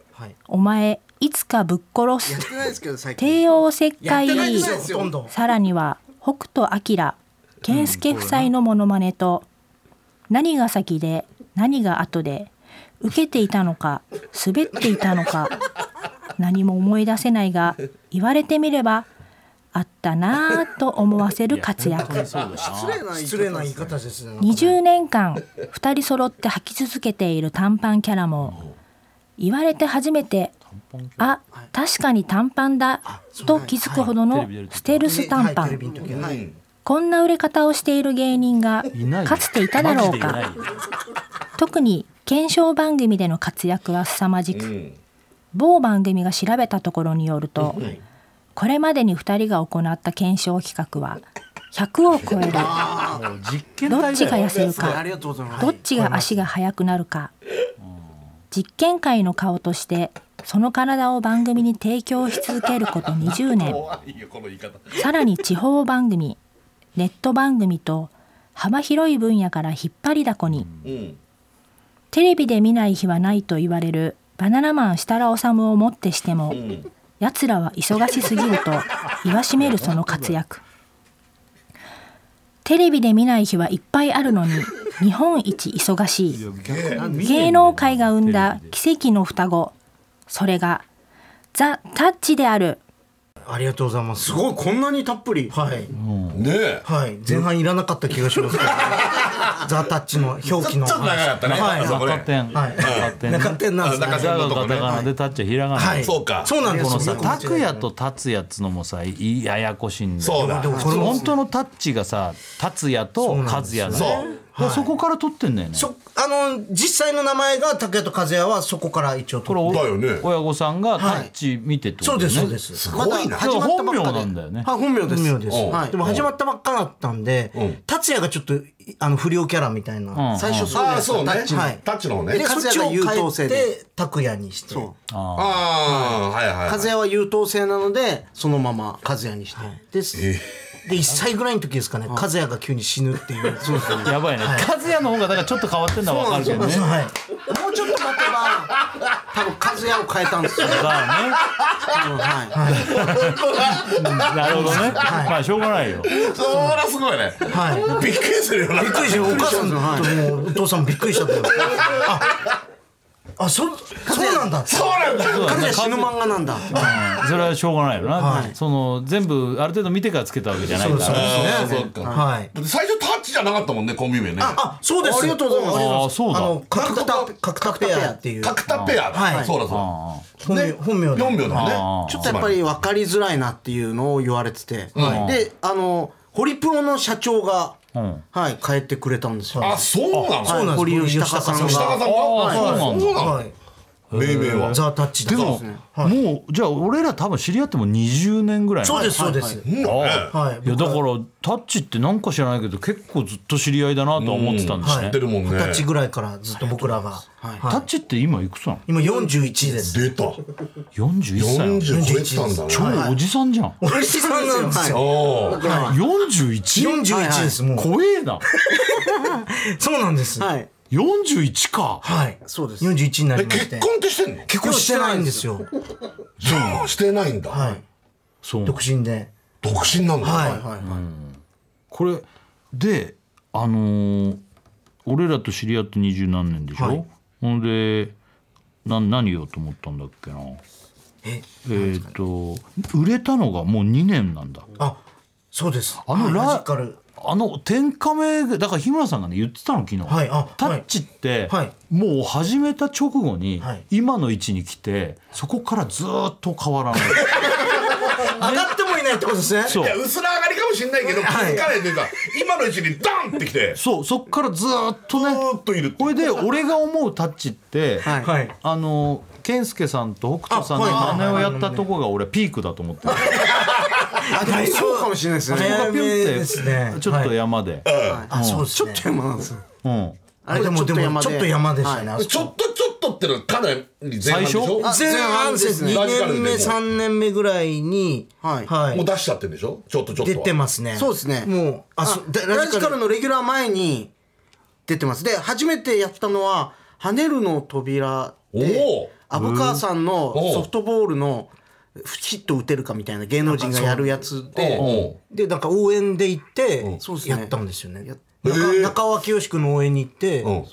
S8: お前いつかぶっ殺
S6: やっ
S8: す
S6: てないですけど最近
S8: 帝王切開
S4: ほとんど
S8: さらには北斗晶健介夫妻のモノマネと何が先で何が後で受けていたのか滑っていたのか何も思い出せないが言われてみればあったなぁと思わせる活躍
S4: 失礼な言い方ですね
S8: 20年間2人揃って履き続けている短パンキャラも言われて初めて「あ確かに短パンだ」と気づくほどのステルス短パ
S4: テレビ
S8: ン
S4: の時は
S6: はい
S8: こんな売れ方をしている芸人が
S3: ないよ
S8: かつていただ
S3: マ
S8: ろ
S3: ジ
S8: う
S3: でいない
S8: か
S3: よ
S8: 特に検証番組での活躍は凄まじく、某番組が調べたところによると、これまでに2人が行った検証企画は100を超える
S3: もう実験
S8: どっ
S3: 体
S8: ちが
S3: だよ
S8: 痩せる
S4: はいあ
S8: か
S4: りがとうございます
S8: どっちが足が速くなるか実験会の顔としてその体を番組に提供し続けること20年
S5: 怖いよこの言い方
S8: さらに地方番組ネット番組と幅広い分野から引っ張りだこに
S5: うん
S8: テレビで見ない日はないと言われるバナナマン設楽治をもってしても
S5: うん
S8: 奴らは忙しすぎると言わしめるその活躍テレビで見ない日はいっぱいあるのに日本一忙しい芸能界が生んだ奇跡の双子それがザ・タッチである
S4: ありがとうございます
S6: すごいこんなにたっぷり
S4: はい
S5: ねえ
S4: はい前半いらなかった気がしますけ どザ・タッチの表記
S5: ちょ
S4: の
S5: っと長かったね
S4: はい
S5: あそこ
S3: 赤
S5: ね
S3: 点
S4: はい
S3: 赤点ね
S4: 中点なんですね
S5: 中
S3: ジ
S5: 点
S3: ャが
S5: のとこ
S3: カタ
S5: ね
S3: カナでタッチはひらがな
S4: はい
S5: そうか
S4: そうなんです
S3: この
S4: よ
S3: さ
S4: よく間違え
S3: 拓也と達也っつのもさいややこしいんだよ
S5: そうだ
S4: でもこれも
S3: 本当のタッチがさ達也と和也だ
S5: そう
S3: ねだからそこから取ってんだよね
S4: そあの実際の名前が竹谷と和也はそこから一応
S3: これ
S4: 取
S3: お
S5: だよね
S3: 親御さんがタッチ見てってこ
S4: そう
S3: とだ
S4: で
S3: よ
S4: す
S3: ね
S4: そうです
S5: すごいな
S4: ま
S3: だから
S4: 始まったばっか
S3: 本名
S4: で
S3: なんだよね
S6: あ本名です
S4: 本名です、
S5: うん
S4: はい、でも始まったばっかだったんで、達也がちょっといあの不良キャラみたいな、
S3: うん
S6: 最初そう
S5: あ
S6: で
S5: あ
S6: す
S5: そうね
S6: タッチ
S4: はい
S5: タッチの方ね
S4: で
S6: 和
S4: そっ
S6: 也
S4: ちを
S6: が優等
S4: 変
S6: 生
S4: え
S6: で
S4: て拓也にして
S6: そう
S5: ああはいはい
S6: 和
S5: はい
S6: 也は優等生なのでそのまま和也にして、
S4: です、で1歳ぐらいの時ですかね和也が急に死ぬっていうそうですね
S3: やばいね和也の方がだからちょっと変わってんのは分かるけどね
S4: はい
S6: もうちょっと待てば多分和也を変えたんですよ、
S3: だね
S6: うんはい
S3: なるほどねまあしょうがないよ
S5: そらすごいね
S4: はい
S5: びっくりするよな
S4: びっくりしてお母さんと
S6: はい
S4: もうお父さんびっくりしちゃったよああそそうなんだそうなんだ
S3: そうだ
S6: 和
S3: ね
S6: 也死ぬ漫画なんだ
S3: それはしょうがないよな
S4: はい
S3: その全部ある程度見てからつけたわけじゃないから
S5: あーそうか
S4: はい
S5: 最初タッチじゃなかったもんねコンビ名ね
S4: あそうです
S6: ありがとうございます
S3: ああそうだ
S4: あの角田角田ペアっていう
S5: タクタペアだ、
S4: はい
S5: そうだそうだ
S3: あ
S4: 本名
S5: ね
S4: 本名で
S5: 4秒だね
S3: あー
S6: ちょっとやっぱり分かりづらいなっていうのを言われてて、であのホリプロの社長が、
S3: うん
S6: はい、変えてくれたんですよ、
S5: あそうなの
S6: はい
S4: そうなんです
S6: 堀井吉高さんが
S4: 吉
S5: 下川さんが
S3: あーそうなんだ
S5: そうな
S4: は
S5: の命名はい
S4: ザ・タッチ
S3: でももうじゃあ俺ら多分知り合っても20年ぐらいなの
S4: そうですそうです
S5: うんだね
S4: はい
S3: いやだからタッチってなんか知らないけど結構ずっと知り合いだなとは思ってたんです
S5: 知
S3: ね
S5: っ、てるもんね
S4: 二十歳ぐらいからずっと僕らが
S3: タッチって今いくつなの
S4: 今41です
S5: 出た
S3: 41歳なの
S5: 40超えてたんだね
S3: 超おじさんじゃん、
S4: おじさんなんですよ
S5: おー
S3: 41?
S4: 41ですもう
S3: 怖えな
S4: そうなんです
S6: はいはい、
S3: 41か
S4: はい
S6: そうです
S4: 41にな
S5: え
S4: りまし
S5: 結
S4: て
S5: 婚ってしてんの
S4: 結婚してないんですよ
S5: そうなのしてないんだ、
S4: はい
S3: そう
S4: 独身で
S5: 独身なんだ、
S4: はい
S6: はい
S3: これであのー俺らと知り合って二十何年でしょ、
S4: はい
S3: ほんでな何よと思ったんだっけなえっ、と売れたのがもう2年なんだ
S4: あそうです
S3: あのラ
S4: はいマジカル
S3: あの天下名だから日村さんがね言ってたの昨日、
S4: はいあ
S3: タッチって、
S4: はい
S3: もう始めた直後に、
S4: はい
S3: 今の位置に来てそこからずーっと変わら ない
S4: 上がってもいないってことですね
S3: そう
S5: いや薄ら上がりかもしれないけど気づかないというか、今のうちにダンってきて
S3: そうそっからずーっとね
S5: ずーっといる
S3: これで俺が思うタッチって、
S6: はい
S4: はい
S3: あの健介さんと北斗さんの
S4: あはい
S3: 真似をやったとこが俺はピークだと思ってる
S6: あでもそうかもしれないですね
S4: ね
S3: ピュンって
S4: ですね
S3: ちょっと山で、
S4: あそうです
S6: ちょ
S4: ね
S6: っと山なんですよ
S3: うん
S4: あれでもでもちょっと山でしたねあそこ
S5: ちょっとちょっとってのはかなり前半でしょ
S3: 最初
S4: 前
S6: 前
S4: 半
S6: 半
S4: で
S6: ですす
S4: ね
S6: ね
S4: 2年目3年目ぐらいに
S6: はい
S5: もう出しちゃってるでしょちょっとちょっと
S4: 出
S5: は
S4: てますね
S6: そうですね
S4: もう
S6: あ
S4: あそうで
S6: ラジカルのレギュラー前に出てますで初めてやったのは「跳ねるの扉で」
S5: おお
S6: 虻川さんの
S5: うん
S6: ソフトボールのヒット打てるかみたいな芸能人がやるやつで
S5: お
S4: でなんか応援で行って
S6: そうですね
S4: やったんですよね
S5: へー
S4: 中中尾清君の応援に行って
S5: ううん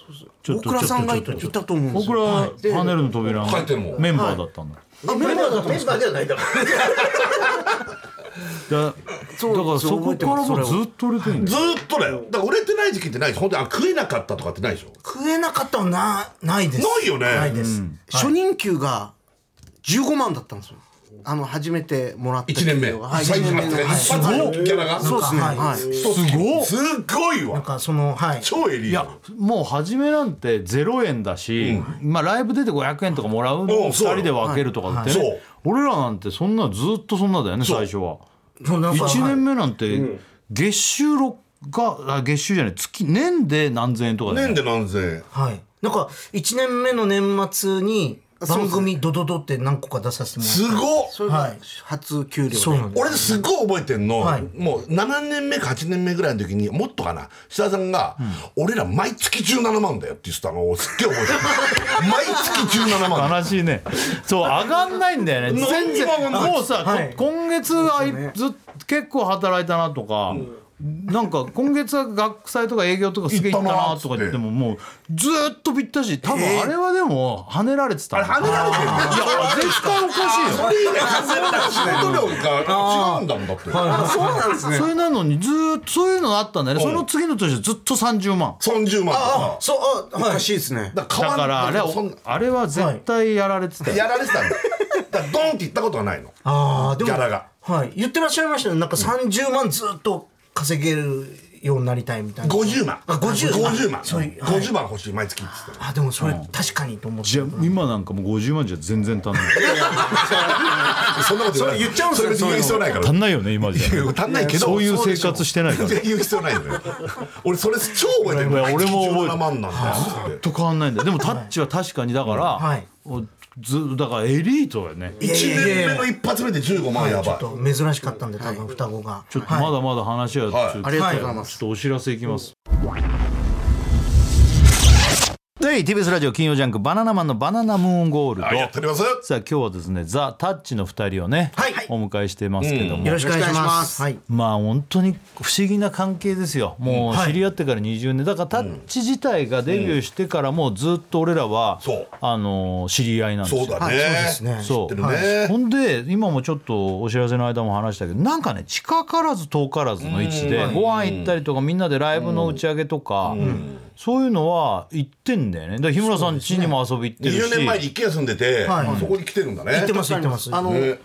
S3: ちょっ
S6: 大
S3: と
S6: 倉さんがい
S3: ちょっとちょっと
S6: たと思うんです
S3: 僕
S6: よ
S3: らパネルの扉の
S5: 書いてるもん
S3: メンバーだったんだ、
S6: あメンバーだったんですかじゃないだ
S3: だ
S6: そう
S3: だからそ
S6: そう覚
S3: こ
S6: えて
S3: から
S6: ます
S3: もうずっと売れてるんだ
S5: ず
S3: よ
S5: ーっとだよだから売れてない時期ってない本当にあ食えなかったとかってないでしょ
S4: 食えなかったはなないです
S5: ないよね
S4: ないです
S6: 初任給が15万だったんですよあの初めてもらった
S5: 一年目
S6: はい、
S5: 最
S6: 1
S5: 初
S6: 年
S5: の
S6: 目の、はい、
S5: 一発でキャラが
S6: そうですね
S4: なんか
S6: はい、
S5: すごいすごい
S4: なん
S5: わ
S4: かそのはい
S5: 超エリー
S3: いやもう初めなんて0円だし、まあ、ライブ出て500円とかもらうの
S5: う
S3: を
S5: ん
S3: 2
S5: そうよ
S3: 人で分けるとかってね、
S5: はいはい
S3: 俺らなんてそんなずっとそんなだよね
S5: そう
S3: 最初は
S4: そうなんか
S3: 1
S4: はい
S3: 年目なんて月収6かあ月収じゃない月年で何千円とかだよ
S5: 年
S3: ね
S5: で何千
S4: はい。なんか、1年目の年末に、番組ドドドって何個か出させても
S5: す
S4: らっ
S5: ごっ
S6: それが初給料で、
S4: そうなんです
S5: 俺すっごい覚えてんの、
S4: はい
S5: もう7年目か8年目ぐらいの時にもっとかな設田さんが、俺ら毎月17万だよ」って言ってたのをすっげえ覚えてる毎月17万
S3: 悲しいねそう上がんないんだよね
S5: 何
S3: 全
S5: に
S3: 然
S5: も上がんない
S3: もうさ、
S4: はい
S3: こ今月はずっと結構働いたなとか、なんか今月は学祭とか営業とかすげえ行ったなとか言ってももうずーっとぴったし多分あれはでも跳ねられてたんだ
S5: 跳ねられてる
S3: い
S5: の
S3: や絶対おかしいよ
S5: いいね稼いだ仕事量が違うんだもんだって
S6: そうなんですね
S3: それなのにずーっとそういうのがあったんだよねその次の年はずっと30万
S5: 30万とか
S6: おかしいですね
S5: だ
S3: だからあれは
S5: そんな
S3: あれは絶対やられてたよ
S5: やられてたんだだからドンって言ったことがないの
S4: ああ、で
S5: ギャラ
S4: も、
S5: が
S4: はい。言ってらっしゃいましたね。なんか30万ずっと稼げるようになりたいみたいな。
S5: 50万
S4: あ、50
S5: 50万
S4: そういうはい
S5: 50万欲しい毎月っつって
S4: あ、でもそれ確かにと思って。
S3: じゃあ今なんかもう50万じゃ全然足んない
S5: そんなことそれ言っちゃうんですよそれ別に言う必要ないか ら
S3: 足んないよね今じゃ
S5: 足んないけど
S3: そういう生活してないから
S5: 全然言う必要ないのよ俺それ超覚えてる
S3: いや俺も覚えてる
S5: 17万なんだよ
S3: と変わんないんだよでもタッチは確かにだから、
S4: はい
S3: おずだからエリートだよね
S5: 1年目の一発目で15万や
S4: ち
S5: ば
S4: ょっと珍しかったんで、多分双子が。
S3: ちょっとまだまだ話は、
S5: はい
S3: ちょっ
S6: ありがとうございます
S3: ちょっとお知らせいきます。はい、TBS ラジオ金曜ジャンク「バナナマンのバナナムーンゴールド
S5: いあやっ」ております
S3: さあ今日はですねザ・タッチの2人をね、
S4: はい
S3: お迎えしてますけども、
S4: よろしくお願いします。はい。
S3: まあ本当に不思議な関係ですよもう知り合ってから20年だからタッチ自体がデビューしてからもうずっと俺らは、
S5: そう
S3: あの知り合いなんです
S5: そ
S3: よ
S5: うだ
S4: あそうです
S5: ね
S4: ね。
S3: そう
S5: 知ってるね
S3: はいほんで今もちょっとお知らせの間も話したけどなんかね近からず遠からずの位置でご飯行ったりとかみんなでライブの打ち上げとかそういうのは行ってんだよねだから日村さん家にも遊び行ってる
S5: 20年前に
S3: し
S5: 一軒家住んでて
S4: はい
S5: そこに来てるんだね
S4: 行ってます、行ってます。
S6: あの、
S5: ね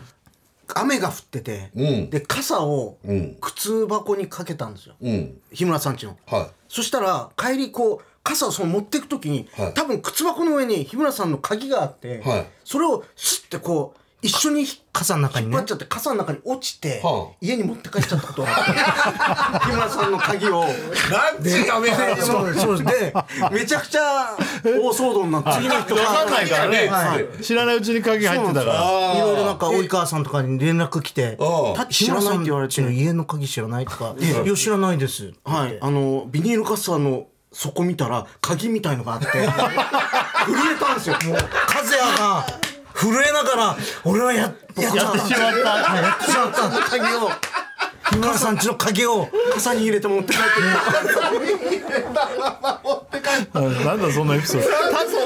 S6: 雨が降ってて、
S5: うん
S6: で傘を
S5: ん
S6: 靴箱にかけたんですよ、
S5: うん
S6: 日村さんちの、
S5: は
S6: そしたら帰りこう傘をその持っていく時に、
S5: はい
S6: 多分靴箱の上に日村さんの鍵があって、
S5: はい
S6: それをスッてこう一緒に引っ
S4: 傘の中にね
S6: 張っ。ちゃって傘の中に落ちて、
S5: はあ
S6: 家に持って帰っちゃったことがあって日村さんの鍵を
S5: なんちやめな
S6: そうですそうですでめちゃくちゃ大騒動になって次の人が
S3: わかんないからね
S6: はい
S3: 知らないうちに鍵入ってたから
S4: いろいろなんか及川さんとかに連絡来て
S5: ああ
S4: 「タッチ知らない」って言われて「家の鍵知らない?」とか「いや知らないです」って言
S6: は
S4: っ
S6: い、
S4: て
S6: あのビニール傘の底見たら鍵みたいのがあって震えたんですよもう
S4: 和也が震えながら「俺はややっちゃっ
S3: や
S4: た」
S3: ってしまった
S4: はいやってしまった
S6: 鍵を
S4: 日村さんちの鍵を
S6: 傘に入れて持って帰って
S3: うんなんだそんなエピソード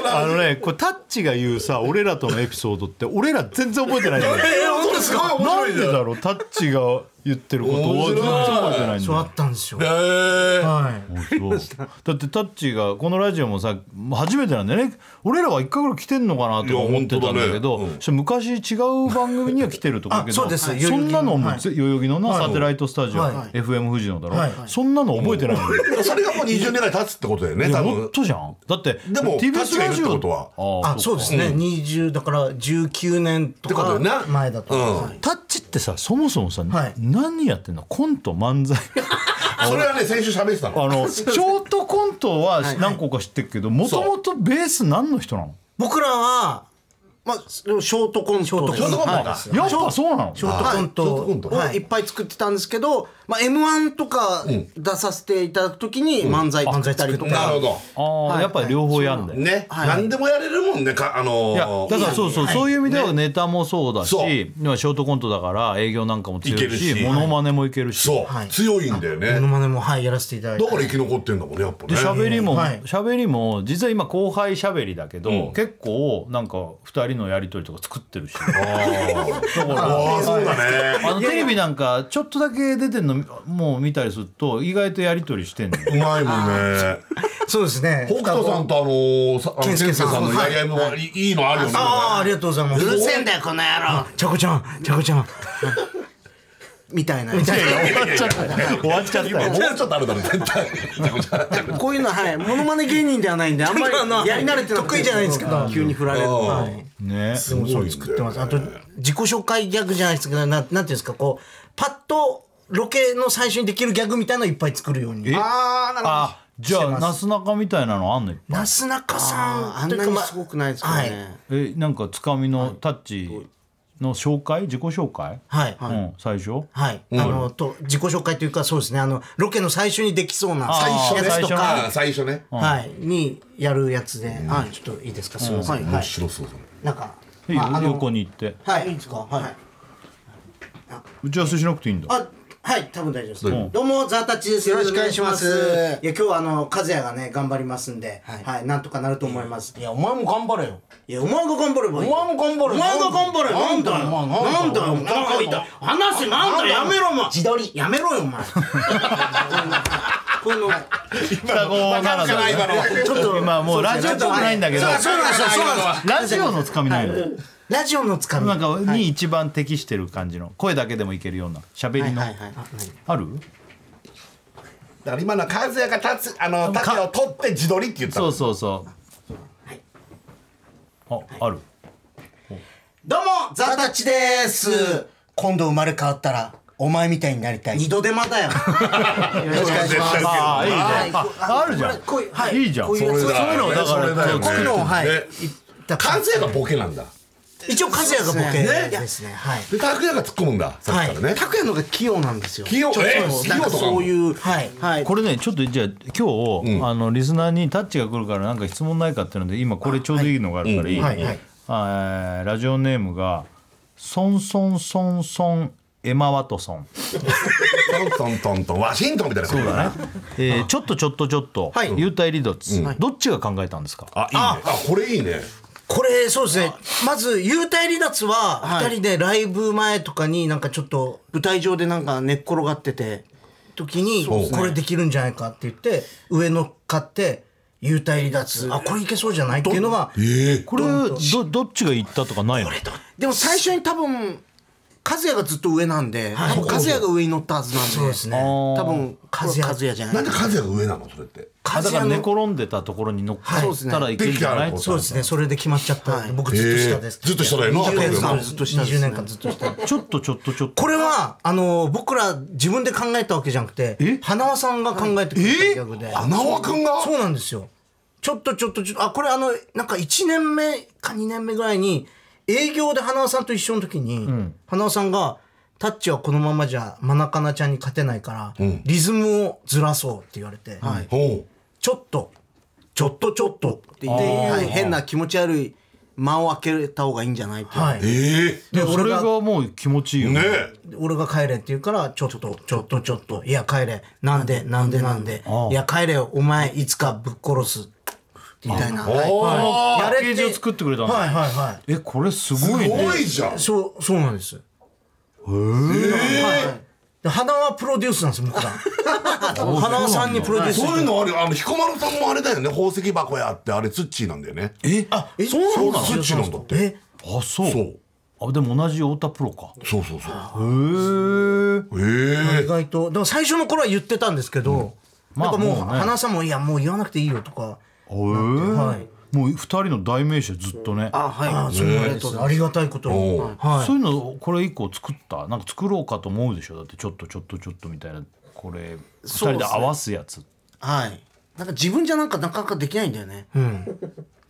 S3: タあのねこれタッチが言うさ俺らとのエピソードって俺ら全然覚えてないんだよ
S5: え本当ですか面
S3: な
S5: 白い
S3: ん
S5: じ
S3: で
S5: ゃん
S3: だろうタッチが言ってることを全然覚えてないんだ
S4: そうあ
S3: よ
S4: ったんですよ
S5: えー
S4: はい
S3: そうだってタッチがこのラジオもさ初めてなんだよね俺らは一回ぐらい来てんのかなとか思ってたんだけど
S5: いや本当だねうん
S3: そしたら昔違う番組には来てるとかだけど
S4: あそうです
S3: そんなのも
S4: 代々木
S3: 代々木のなサテライトスタジオ
S4: はい
S3: FM 富士のだろ
S4: はい
S3: そんなの覚えてないんだよ
S5: それがもう20年ぐらい経つってことだよね
S3: い
S5: 多
S3: やもっ
S5: 分
S3: とじゃんだって
S5: でも
S3: TBS ラジオ
S5: タッチがいるってことは
S3: あ
S4: あ
S3: あ
S4: そうですね20だから19年と
S5: ってこと
S4: か
S5: だよね
S4: 前だと
S5: うん
S4: はい
S3: タッチってさそもそもさ、
S4: はい
S3: 何やってんのコント漫才
S5: それはね先週喋ってたの
S3: あのショートコントは何個か知ってるけどもともとベース何の人なの
S4: 僕らは
S6: まあでもショートコントショー
S5: ショートコントか
S3: やっぱそうなの
S4: ショートコン
S5: ショートコン
S4: ト
S5: ト
S4: をはい
S6: いっぱい作ってたんですけど、まあ、m 1とか出させていただくときに漫才作ったりと
S5: な
S6: か、
S5: るほど
S3: ああ、やっぱり両方やんだよ、
S5: ね、
S6: はい
S5: 何でもやれるもんねかあ
S3: いや
S5: のー
S3: だからそうそう、そういう意味ではネタもそうだし、
S5: そう
S3: 今ショートコントだから営業なんかも強い
S5: いけ
S3: し
S5: るし
S3: モノマネもいけるし、
S5: そう、
S4: はい
S5: 強いんだよね
S4: モノ
S5: だ
S4: マネもはいやらせていただいて
S5: から生き残ってんだもんねやっぱ
S3: で
S5: ね
S3: 喋りも
S4: はい
S3: 喋、りも実は今後輩喋りだけど、
S5: うん
S3: 結構なんか2人のやりとりとか作ってるしだ
S5: あー
S3: から
S5: あーそうだね
S3: あのテレビなんかちょっとだけ出てんのもう見たりすると意外とやり取りしてんのよ
S5: うまいもんね
S4: そうですね。
S5: 北斗さんとあのーさあの
S4: 健介さん
S5: 健のやり合いもいいいいのあるよね
S4: ああ、ありがとうございます。
S6: うるせえんだよこの野郎
S4: ちゃこちゃん、ちゃこちゃん。
S6: みたいな
S5: これいやいやいやいや
S3: 終わっちゃった
S5: 今もうちょっとあるだろ絶対
S6: こういうのははいモノマネ芸人ではないんであんまりやり慣れてなくて
S4: 得意じゃないんですけど
S6: 急に振られるはい
S3: ね
S5: すごいんだよ
S4: 作ってます。あと、自己紹介ギャグじゃないですけど、なんなんていうんですか、こう、パッと、ロケの最初にできるギャグみたいのをいっぱい作るように。
S5: あーなるほ
S3: あじゃあなすなかみたいなのあんのいっぱい
S4: なすなかさん
S6: あん
S4: という
S6: な
S4: か
S6: に
S4: まあ
S6: すごくないですからね
S3: えなんかつかみのタッチの紹介自己紹介、
S4: はい。
S3: うん最初
S4: はい、あのと自己紹介というかそうですねあのロケの最初にできそうな
S3: あー
S4: やつ
S3: 最
S4: と
S5: あ
S4: か
S5: ー、最初ね
S4: はい、にやるやつで、はい、ちょっといいですかすみません、は
S5: 面
S4: い、
S5: 白そうだね
S4: なんか
S3: いいよ
S4: まああの
S3: 横に行って
S4: はいいいですかはい
S3: 打ち合わせしなくていいんだ
S4: あはい多分大丈夫です、
S3: うん
S4: どうもザータッチです
S6: よろしくお願いします
S4: よろくお願いしまいや今日はあの和也がね頑張りますんではい、なんとかなると思います
S6: いやお前も頑張れよ
S4: いやお前が頑張ればいい
S6: お前も頑張れ
S4: お前が頑張れ
S6: な
S4: なんん
S6: だ
S4: だ
S6: よ
S4: よなんだよ
S6: な
S4: お
S6: んだよ
S4: 腹痛い話なんだやめろお前自撮りやめろよ お前こういうの
S3: 双子ならではね
S4: ちょっと
S3: 今もうラジオっぽくないんだけど
S4: そうそうなんですよそうなんです
S3: ラジ
S4: よ
S3: オのつかみないの
S4: ラジオのつかみ
S3: なんかに一番適してる感じの声だけでもいけるような喋りの
S6: はいはい
S3: ある
S5: だから今のは和也が立つあの竹を取って自撮りって言った
S3: そ
S5: の
S3: うそうそうあある
S4: どうもザ・タッチです
S6: 今度生まれ変わったらお前みたいになりたい
S4: 二度手間だよよろしくお願いしま
S5: 絶対受
S4: す
S5: ける
S3: ああいいね
S4: はい
S3: ああるじゃん
S4: こういうはい
S3: いいじゃん
S4: こういうやつ
S5: それだ
S3: そういうのをだから
S5: それだよね
S3: こういう
S4: のをはい
S5: ね和也がボケなんだ
S4: 一応和也がボケ
S5: ね
S4: ですねはい
S5: で拓也が突っ込むんださっきからね
S6: 拓也の方が器用なんですよ
S5: 器用
S6: ちょっと
S5: え
S6: なん
S5: 器用
S6: か
S5: とか
S6: そういう
S4: はい
S6: はい
S3: これねちょっとじゃあ今日、あのリスナーにタッチが来るからなんか質問ないかっていうので今これちょうどいいのがあるからいい、
S4: はいはい
S3: あーラジオネームが「ソンソンソンソンエマ・ワトソン」
S5: トントントントンワシントンみたいなそうだね
S3: えーちょっとちょっとちょっと」
S4: はい
S3: 幽体離脱」どっちが考えたんですか
S5: あいいねあこれいいね
S4: これそうですねまず幽体離脱は2人でライブ前とかになんかちょっと
S6: 舞台上でなんか寝っ転がってて
S4: 時に
S5: うですね
S4: これできるんじゃないかって言って上乗っかって幽体離脱あこれいけそうじゃないっていうのが
S3: これどどっちが言ったとかないの
S6: でも最初に多分和也がずっと上なんで、多分和也が上に乗ったはずなんで
S4: そうですね
S6: 多分和也和也じゃな
S5: ないんで和也が上なのそれって
S3: あだから寝転んでたところに乗っかったらいけるんじゃない、
S5: はい
S4: そうですねそれで決まったんで
S6: はい
S4: 僕ずっと下です
S5: えーずっと下だよな
S4: 20年
S5: 多
S4: 間
S5: 分
S4: ずっと下ですね20年間ずっと下
S3: ちょっとちょっとちょっと
S4: これはあの僕ら自分で考えたわけじゃなくて花輪さんが考えてくれたギャグで
S5: 穴輪くんが
S4: そうなんですよ。ちょっとちょっとちょっと、あ、これあの、なんか1年目か2年目ぐらいに、営業で花輪さんと一緒の時に、花輪さんが、タッチはこのままじゃ、マナカナちゃんに勝てないから、リズムをずらそうって言われて、
S5: おう
S4: ちょっと、ちょっとちょっとって
S6: で
S4: 言って、
S6: はい変な気持ち悪い間を開けた方がいいんじゃないっていう
S4: はい。
S5: え
S3: で
S4: で、
S3: もそ
S4: 俺
S3: れが
S4: が、
S3: もう気持ちいいよ
S5: えね
S3: ね
S5: え
S4: 俺が帰れって言うから、ちょっと、ちょっと、ちょっと、いや、帰れ、なんで、なんで、なんで、いや、帰れよ、お前、いつかぶっ殺す、みたいな。はい
S5: おー
S3: パ
S4: や
S3: ッ
S4: れ
S3: ケー
S4: っ
S3: ジ
S4: て
S3: を作ってくれたんだ、
S4: はいはいはい。
S3: えこれす
S5: す
S3: ごいね
S5: ごいじゃん
S4: そう、そうなんです。へえ。花輪プロデュースなんです、僕ら。花輪さんにプロデュース
S5: そういうのあれあの彦摩呂さんもあれだよね宝石箱やってあれツッチーなんだよね
S3: えあ
S4: え
S5: そうなのそっちなんだって
S4: え
S3: あそう
S5: そう
S3: あでも同じ太田プロか
S5: そうそうそう
S3: へえ
S5: ええ
S4: 意外と。でも最初の頃は言ってたんですけど、
S3: ま
S4: な
S3: あ
S4: んかもう、
S3: もうね
S4: 花輪さんも、いや、もう言わなくていいよとか。はい
S3: もう二人の代名詞ずっとね
S6: あはい
S4: ああ、そうなんです。ありがたいことに。
S5: おう
S4: はい
S3: そういうのこれ以降作ったなんか作ろうかと思うでしょだってちょっとちょっとちょっとみたいなこれ二
S6: そう
S3: 人
S6: ですね
S3: で合わすやつ
S6: はいなんか自分じゃなんかなかなかできないんだよね、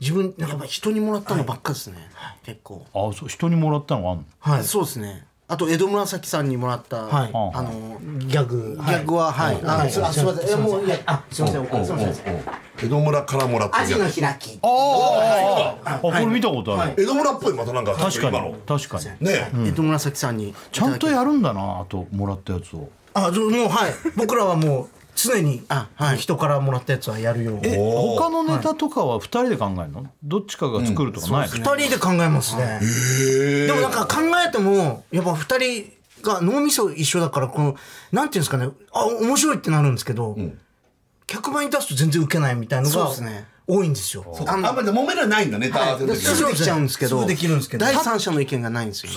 S4: 自分、
S6: やっぱ人にもらったのばっかですね、結構
S3: あそう人にもらったのがあんの
S4: はい。
S6: そうですねあと江戸紫さんにもらった、
S4: はい
S6: あの
S4: ギャグ。
S6: ギャグははい、あのすあすいませんえもういやあすいませんお母さんすいません
S5: 江戸村からもらった
S6: ア
S5: やつ
S6: ジの開き
S3: あこれ見たことある、
S5: 江戸村っぽいまたなんか
S3: 確か
S5: 今
S3: に
S5: の
S3: 確かに
S5: ね
S6: 江戸紫さんに
S3: ちゃんとやるんだなあともらったやつを
S4: あ、そうもう、はい。僕らはもう、常に
S6: あはい
S4: 人からもらったやつはやるように。
S3: え他のネタとかは二人で考えるのどっちかが作るとかないの、
S4: 二人で考えますね。でもなんか考えても、やっぱ二人が脳みそ一緒だから、この、なんていうんですかね、あ、面白いってなるんですけど、客前に出すと全然ウケないみたいの
S6: そう
S4: が
S6: ですね
S4: 多いんですよ。
S5: あんまり揉めらないんだネタ合わせの時
S6: すぐできちゃうんですけど
S4: すぐできるんですけど
S6: 第三者の意見がないんですよ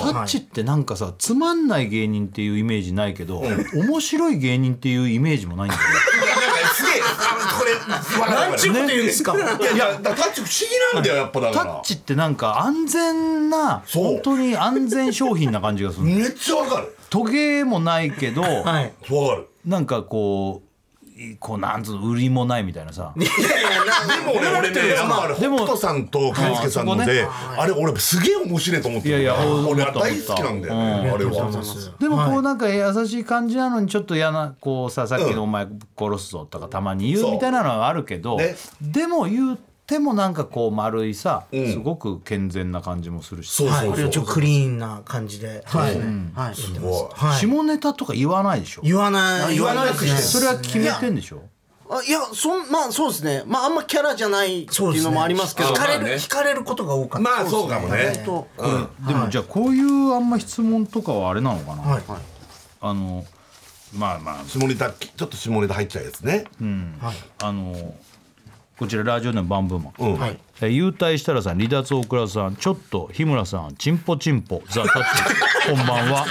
S3: タ
S6: ね
S3: ッチってなんかさつまんない芸人っていうイメージないけど、面白い芸人っていうイメージもないんだよ
S5: なんかすげえあこれ
S4: なんちゅうこと言うんですか。
S5: いやだからタッチ不思議なんだよやっぱだ
S3: タ
S5: か
S3: ッ
S5: ら
S3: チってなんか安全な
S5: そう
S3: 本当に安全商品な感じがす る
S5: めっちゃわかる
S3: トゲもないけど、
S4: はい。
S5: わかる
S3: なんかこういこうなんつうの売りもないみたいなさ
S5: でも俺俺ねあのあれ
S3: で
S5: 北
S3: も
S5: 斗さんと健介さんの
S3: あそこね
S5: であれ俺すげえ面白いと思ってる
S3: いやいや思
S5: 俺
S3: った
S5: 大好きなんだよねあれは
S3: でもこうなんか優しい感じなのにちょっと嫌なこうささっきの「お前殺すぞ」とかたまに言
S5: そうう
S3: みたいなのはあるけど
S5: ね
S3: でも言ってもなんかこう丸いさ
S5: ん
S3: すごく健全な感じもするし
S5: そう
S4: は
S5: そ
S4: い。
S5: う
S4: これ
S5: そ
S4: は
S5: う
S4: ちょっとクリーンな感じで。はい。はい。
S5: すごい
S4: はい
S3: 下ネタとか言わないでしょ
S4: 言わない。
S5: 言わないですね
S4: です
S3: それは決めてんでしょ
S6: あいやそんまあそうですねまああんまキャラじゃないっていうのもありますけど
S4: 惹
S5: そうですね
S4: かれ
S5: まあ
S4: る、惹かれることが多かった。
S5: まあそうかもね
S6: と
S3: でもじゃあこういうあんま質問とかはあれなのかな
S4: はい。
S3: あのまあまあ
S5: 下ネタちょっと下ネタ入っちゃうやつね
S3: あのこちらラジオネームバンブーマン
S5: うん
S4: はい。
S3: えー優退したらさん離脱大倉さんちょっと日村さんチンポチンポザ・タッチこんばんは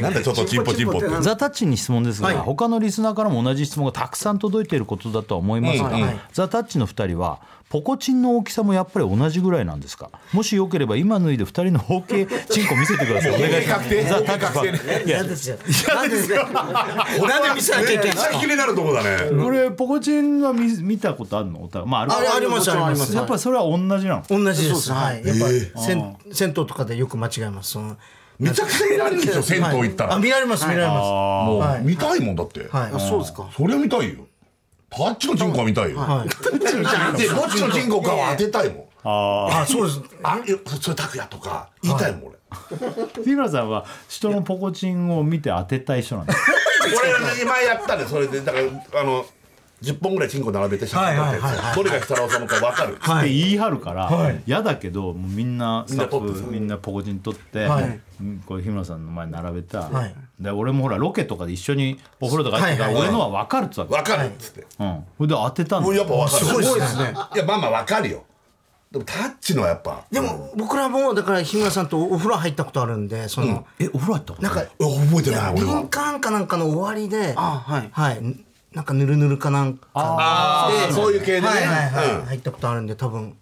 S5: なんだちょっとチンポチンポって
S3: ザ・タッチに質問ですが、
S4: はい
S3: 他のリスナーからも同じ質問がたくさん届いていることだとは思いますが、
S4: うんはい
S3: ザ・タッチの2人はポコチンの大きさもやっぱり同じぐらいなんですかもしよければ今脱いで2人の方形チンコ見せてくださいお願いしますザ・タッチさん
S4: 嫌ですよ。嫌ですよ。なんで見せなきゃいけないんですか。
S5: 気になるとこだね
S3: これポコチンは見見たことあるのお互いまあある
S4: あれあります
S6: もちろん
S4: あります
S3: やっぱりそれは同じなの
S4: 同じです。はい。やっぱ銭銭湯とかでよく間違えます。その
S5: めちゃくちゃ見られるでしょ銭湯行った
S4: あ
S5: ら
S4: 見られます見られます。
S5: も
S4: は
S5: う
S4: い
S5: 見たいもんだって
S4: はい。
S6: あそうですか
S5: それは見たいよタッチの人口は見たいよ
S4: はい。
S5: でどっちの人口かを当てたいもん
S4: あ、そうです。
S5: あえそれ拓也とか言いたいもん俺
S3: 日村さんは人のポコチンを見て当てたい人なんです
S5: 俺前やったでそれでだからあの10本ぐらいチンコ並べて写真撮って
S4: はいはいはいはい
S5: どれが設楽もか分かる
S3: っ
S4: は
S3: て
S4: い。
S3: 言い張るから、嫌だけどもうみんなスタ
S5: みんな撮って
S3: ッ
S5: さ
S3: フみんなポコチン取って、
S4: はい
S3: うんこう日村さんの前に並べた、
S4: はい
S3: で俺もほらロケとかで一緒にお風呂とか入ってたから、
S4: はいはい
S3: 俺のは分かるっつったの
S5: 分かるっつって
S3: うんそれで当てたん
S5: もう
S3: だ
S5: やっ
S3: よ
S5: ぱ分かる
S4: すごいですね
S5: いやまあまあ分かるよでもタッチのはやっぱ
S4: でも僕らもだから日村さんとお風呂入ったことあるんで、その
S3: えお風呂入ったこと
S4: なんか
S5: え覚えてない俺
S4: 林
S5: は
S4: 間かなんかの終わりで、
S6: あはい
S4: はい。なんかぬるぬるかなんか。
S3: あ
S5: ああそういう系でね
S4: はいはいはい、
S5: うん
S4: 入ったことあるんで多分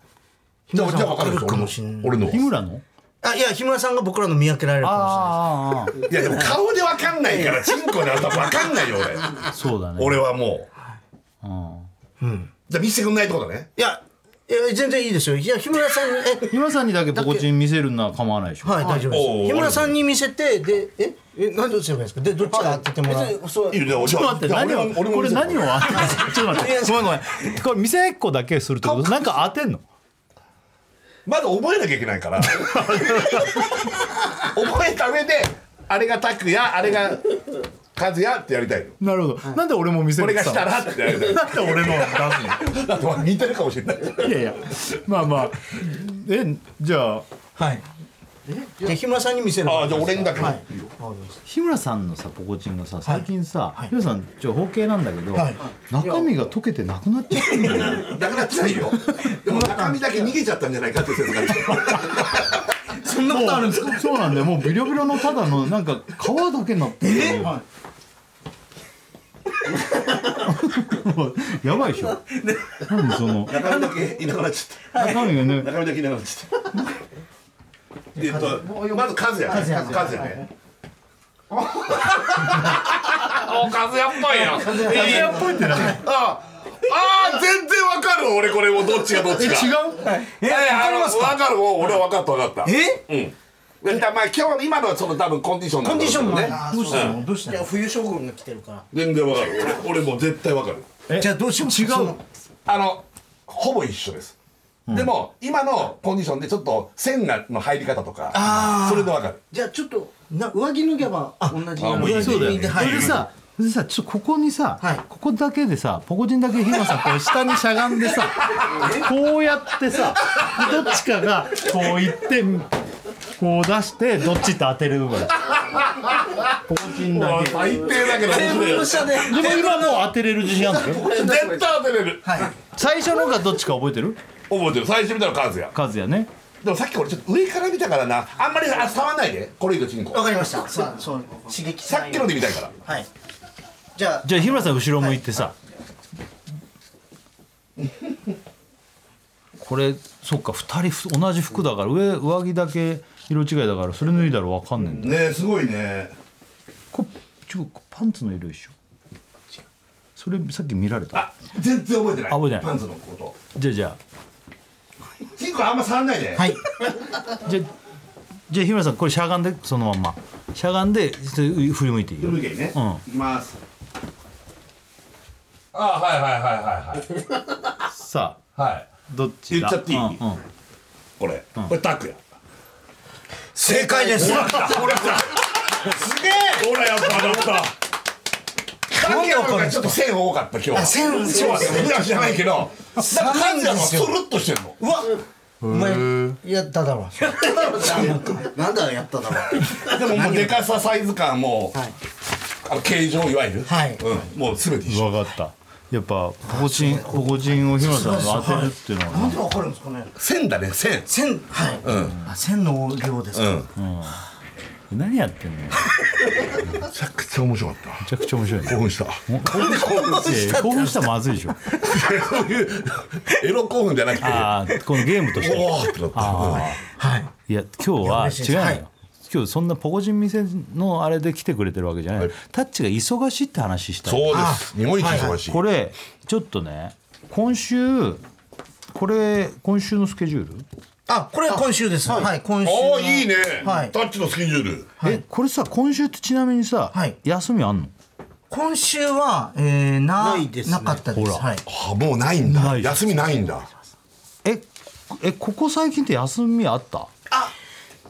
S4: 日
S5: じゃあ
S4: 村
S5: じゃ
S4: さん
S5: あ分かるでしょ
S4: かもしんない
S5: 俺の
S3: ー日村の
S4: あいや日村さんが僕らの見分けられるか
S3: あーあーあ
S5: いやでも顔で分かんないからチンコで当た分かんないよ
S3: ーそうだね
S5: 俺俺はもう
S3: うん
S5: じゃあ見せてくんないってことね
S4: もしれないいやいや全然いいですよいや日村さんにえ
S3: 日村さんにだけポコチン見せるのは構わないでしょ、
S4: はい大丈夫
S5: おう
S4: です日村さんに見せてでええ何どうすればいいですかでどっちが当ててもらう
S5: いやいや俺は
S3: ちょっと待って
S5: じゃあ
S3: 何
S5: 俺も
S3: を
S5: 俺も
S3: これ
S5: 見せて
S3: 何をちょっと待ってごめんごめん これ見せっこだけするってことなんか当てんの
S5: まず覚えなきゃいけないから覚えた上であれが拓也あれが和也ってやりたいの
S3: なるほど、なんで俺も見せ
S5: こ
S3: る
S5: れ
S3: っ
S5: が
S3: て言っ
S5: し
S3: た
S5: た
S3: の
S5: らってやりたい
S3: なんで俺の出すの
S5: のだって俺似てるかもしれない
S3: いやい やまあまあえじゃあ
S4: はいで日村さんに見せる
S5: ああじゃあ俺にだけ、
S4: はい
S3: 日村さんのさポコチンがさ最近さ、日村さんちょ包茎なんだけど、
S4: はい
S3: 中身が溶けてなくなっちゃってんだよね
S5: なくなっちゃうよでも中身だけ逃げちゃったんじゃないかって説があって
S4: そんなことあるんですか
S3: そうなんだよもうビロビロのただのなんか皮だけになってるえ、 はい、やばいでしょ何その
S5: 中身だけいなくなっちゃっ
S3: 中身がね
S5: た中身だけいなくなっ ちゃったえっとまず和也和也和也 ねお和也っぽいよ和也っぽいってなああー全然わかるわ俺これもどっちがどっちか
S3: う、
S5: えわかりますかわかるもう俺は分かった分かった
S4: え
S5: うんだからまあ今日今のはその多分コンディションコンディションもね
S4: どうしたのどうしたのいや冬将軍が来てるか
S5: 全然分かる俺俺もう絶対分かる
S4: らじゃあどうしますか違う
S5: あのほぼ一緒です、でも今のコンディションでちょっと線がの入り方とかそれで分かる
S6: じゃあちょっとな上着脱げば同じ
S5: あもういい
S3: そうだよ、
S5: いい
S3: ね、
S5: ね
S3: それでさそれでさちょっとここにさ、
S4: はい
S3: ここだけでさポコチンだけ日村さんこう下にしゃがんで さこうやってさどっちかがこう行ってこう出してどっちって当てるのがポコチンだけ
S5: 最低だけど面白いよ
S6: 社で
S3: でも今もう当てれる自信あるんですよ
S5: 絶対当てれる
S3: 最初のがどっちか覚えてる
S5: 覚えてる最初見たのカズや
S3: カズやね
S5: でもさっき俺ちょっと上から見たからなあんまりあ触んないでこれ以上チンコ
S4: わかりましたそうそう刺激し
S5: さ
S4: な
S5: っ
S4: い
S5: き
S4: よう
S5: の
S4: に
S5: で見たいから
S4: はいじゃあ
S3: じゃあ日村さん後ろ向いてさ、これそっか2人同じ服だから上上着だけ色違いだからそれ脱いだら分かんねえんだ、
S5: ねえすごいね
S3: こちょパンツの色一緒それさっき見られた
S5: あ全然覚えてない
S3: 覚えてない
S5: パンツのこ
S3: じゃあじゃ
S5: とチンコあんま触んないで
S4: はい
S3: あ じゃあじゃあ日村さんこれしゃがんでそのまんましゃがんでそれ振り向いていいよ
S5: 脱げね、
S3: うん
S5: いきますあはいはいはいはいはい
S3: さあ
S5: はい
S3: どっちだ
S5: 言っちゃっていい
S3: うんうん
S5: これ、これタクヤ
S4: 正解です
S5: ほら来たほら来たすげえほらやっぱなったタクヤの方がちょっと線多かった今日は
S4: 線
S5: 今日は線なんじゃないけどなんかカズヤはスルッとしてるの
S4: うわお前やった だろ
S6: なんだやっただろ
S5: でももうでかさサイズ感も、あの形状いわゆる、
S4: はい
S5: うん、もう全て一緒
S3: 分かったやっぱポコ チンポコチンを日村さんが当てるっていうのは
S4: なんでわかるんですかね
S5: 線だね線
S4: 線はい、あ線の量です
S5: う
S4: か、
S5: ん
S3: 何やってんのよ
S5: めちゃくちゃ面白かった
S3: めちゃくちゃ面 白いね
S5: 興奮した
S3: いや興奮したらまずいでしょ
S5: そういう エロ興奮じゃなくて
S3: ああこのゲームとして
S5: おおってなった
S4: はい
S3: いや今日は
S4: 嬉しいです
S3: 違うのよ、
S4: はい
S3: 今日そんなポコチン店のあれで来てくれてるわけじゃない、タッチが忙しいって話したの
S5: そうです日本一忙しい、
S3: これちょっとね今週これ今週のスケジュール、
S4: あこれは今週ですはい、今週
S5: あ
S4: の
S5: あいいね、
S4: はい
S5: タッチのスケジュール
S3: えこれさ今週ってちなみにさ、
S4: はい
S3: 休みあんの
S4: 今週は、えー、な
S6: ないですね
S4: なかったです
S3: ほら
S4: はい
S5: あもうないんだ
S3: ない
S5: 休みないんだ
S3: ええここ最近って休みあった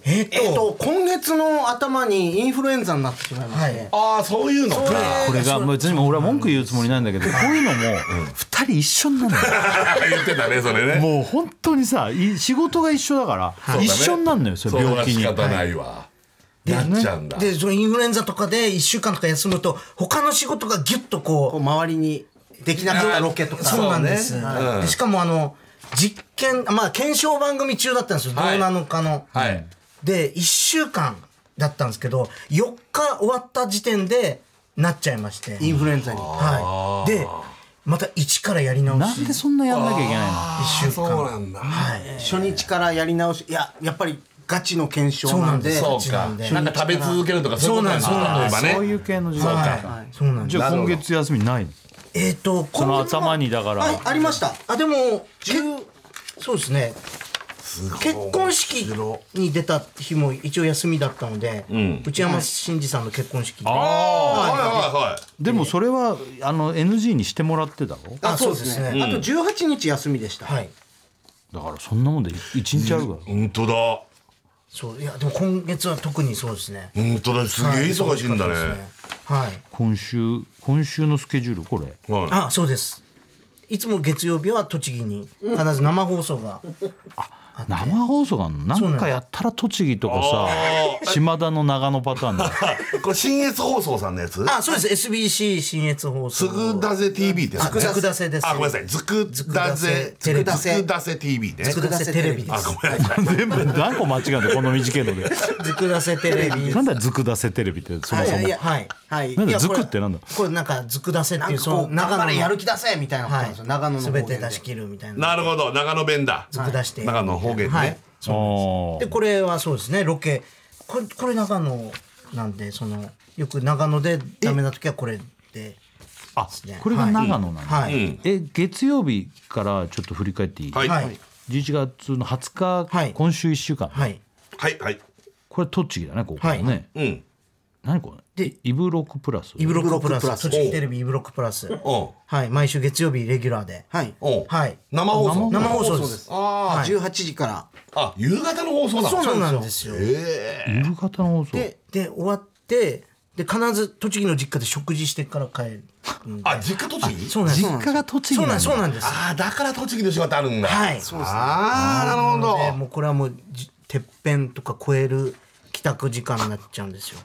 S4: えっと,、
S6: えっと今月の頭にインフルエンザになってしまいまし
S4: は
S6: て、
S4: い
S5: ああそういうのか
S3: これが別に俺は文句言うつもりないんだけどこういうのも2人一緒になるのよ
S5: 言ってたねそれね
S3: もう本当にさい仕事が一緒だから、
S5: そう
S3: 一
S5: だね
S3: 緒になるのよそれ病気に
S5: それは仕方ないわ、なっちゃうんだ、
S4: でそのインフルエンザとかで1週間とか休むと他の仕事がギュッと
S6: こう
S4: こ
S6: 周りにできなかったロケと
S4: う
S6: か
S4: そうなんです、
S5: そうね
S4: はい
S5: うん
S4: しかもあの実験まあ検証番組中だったんですよ、
S5: はい
S4: どうなのかの、
S5: はい
S4: で1週間だったんですけど4日終わった時点でなっちゃいまして
S6: インフルエンザに
S4: はい、でまた一からやり直
S3: な
S4: し
S3: んでそんなやんなきゃいけないの
S4: 1週
S5: そう
S4: 間
S5: なんだ、
S6: 初日からやり直しいややっぱりガチの検証なんで
S4: そうなんで
S5: そうかなんか食べ続けるとかそういうこと
S4: そうな
S5: だね
S4: んです
S5: 例えば
S3: そうい
S5: ね
S3: う系の時間
S4: はい、そうなんです
S3: じゃあ今月休みないの
S4: えっ、と
S3: その
S4: 今月は
S3: 頭にだから
S6: あありました
S4: あでも10そうですね結婚式に出た日も一応休みだったので、内山真二さんの結婚式で、
S5: ああはいはいはい
S3: でもそれはあの NG にしてもらってだろ
S4: あそうですね
S6: あと18日休みでした、
S4: はい
S3: だからそんなもんで一日あるから、
S5: 本当だ
S4: そういやでも今月は特にそうですね
S5: 本当だすげえ忙しいんだね,、
S4: そうですはい
S3: 今週今週のスケジュールこれ
S5: はい、
S4: あそうですいつも月曜日は栃木に必ず生放送が
S3: 生放送があんのな
S4: うなんんです
S3: かやったら栃木とかさ島田の長野パターンだよ
S5: これ新越放送さんのやつ
S4: あそうです SBC 新越放
S5: つ
S4: 送
S5: ぐだぜ TV ってやつね
S4: つくだせです
S5: あごめんなさいつくだぜ
S4: つくだせ
S5: つくだせ TV ね
S4: つくだせテレビで
S5: あ
S4: す
S5: ごめんなさい
S3: 全部何個間違えんだよこの短いので
S4: つくだせテレビです
S3: なんだよずくだせテレビってそもそも
S4: はいはい
S6: はい
S3: なん
S4: い
S3: だ
S4: や
S3: ず
S4: これ
S3: くってなんだ
S4: これなんかずくだせっ
S6: な
S4: てい
S6: ん
S4: う
S6: か
S4: そ
S6: こ
S4: の
S6: う長
S4: 長野
S6: 野
S4: の
S6: やる気出せみたいなことなんですよ、長野の
S4: 全て
S6: 方言
S4: 出
S6: で
S4: し切るみたいな
S5: なるほど長野弁だ
S4: ずく出して
S5: 長野方言
S4: は
S5: ね
S4: い
S3: お
S4: でこれはそうですねロケこれこれ長野なんでそのよく長野でダメな時はこれで
S3: あ
S4: ね
S3: これが長野なんだ、
S4: はい、
S3: え月曜日からちょっと振り返っていい、
S5: はいは
S4: はいい
S3: 11月の20日、
S4: はい
S3: 今週1週間、
S4: はい
S5: はいはい
S3: これ栃木だねここもね、
S4: はい
S5: うんうん
S3: 何これ
S4: で
S3: イブロックプラス
S4: イブロックプラ
S6: イブロックプラ
S4: ス
S6: ス
S4: 栃木テレビイブロックプラスはい毎週月曜日レギュラーで
S6: はい
S5: おう
S4: はい
S5: 生放送
S4: 生放送です
S5: あ
S6: 18時から
S5: ああ夕方の放送なの
S4: そうなんですよ
S5: え
S3: 夕方の放送
S4: でで終わってで必ず栃木の実家で食事してから帰る
S5: えあ実家栃木
S4: そうなんです
S3: 実家が栃木
S4: そ
S3: な
S4: うん
S3: だ
S4: なんですそうなんです
S5: ああだから栃木の仕事あるんだ
S4: はい
S5: ああなるほ
S4: で
S5: ど
S4: もうこれはもうじてっぺんとか超える帰宅時間になっちゃうんですよ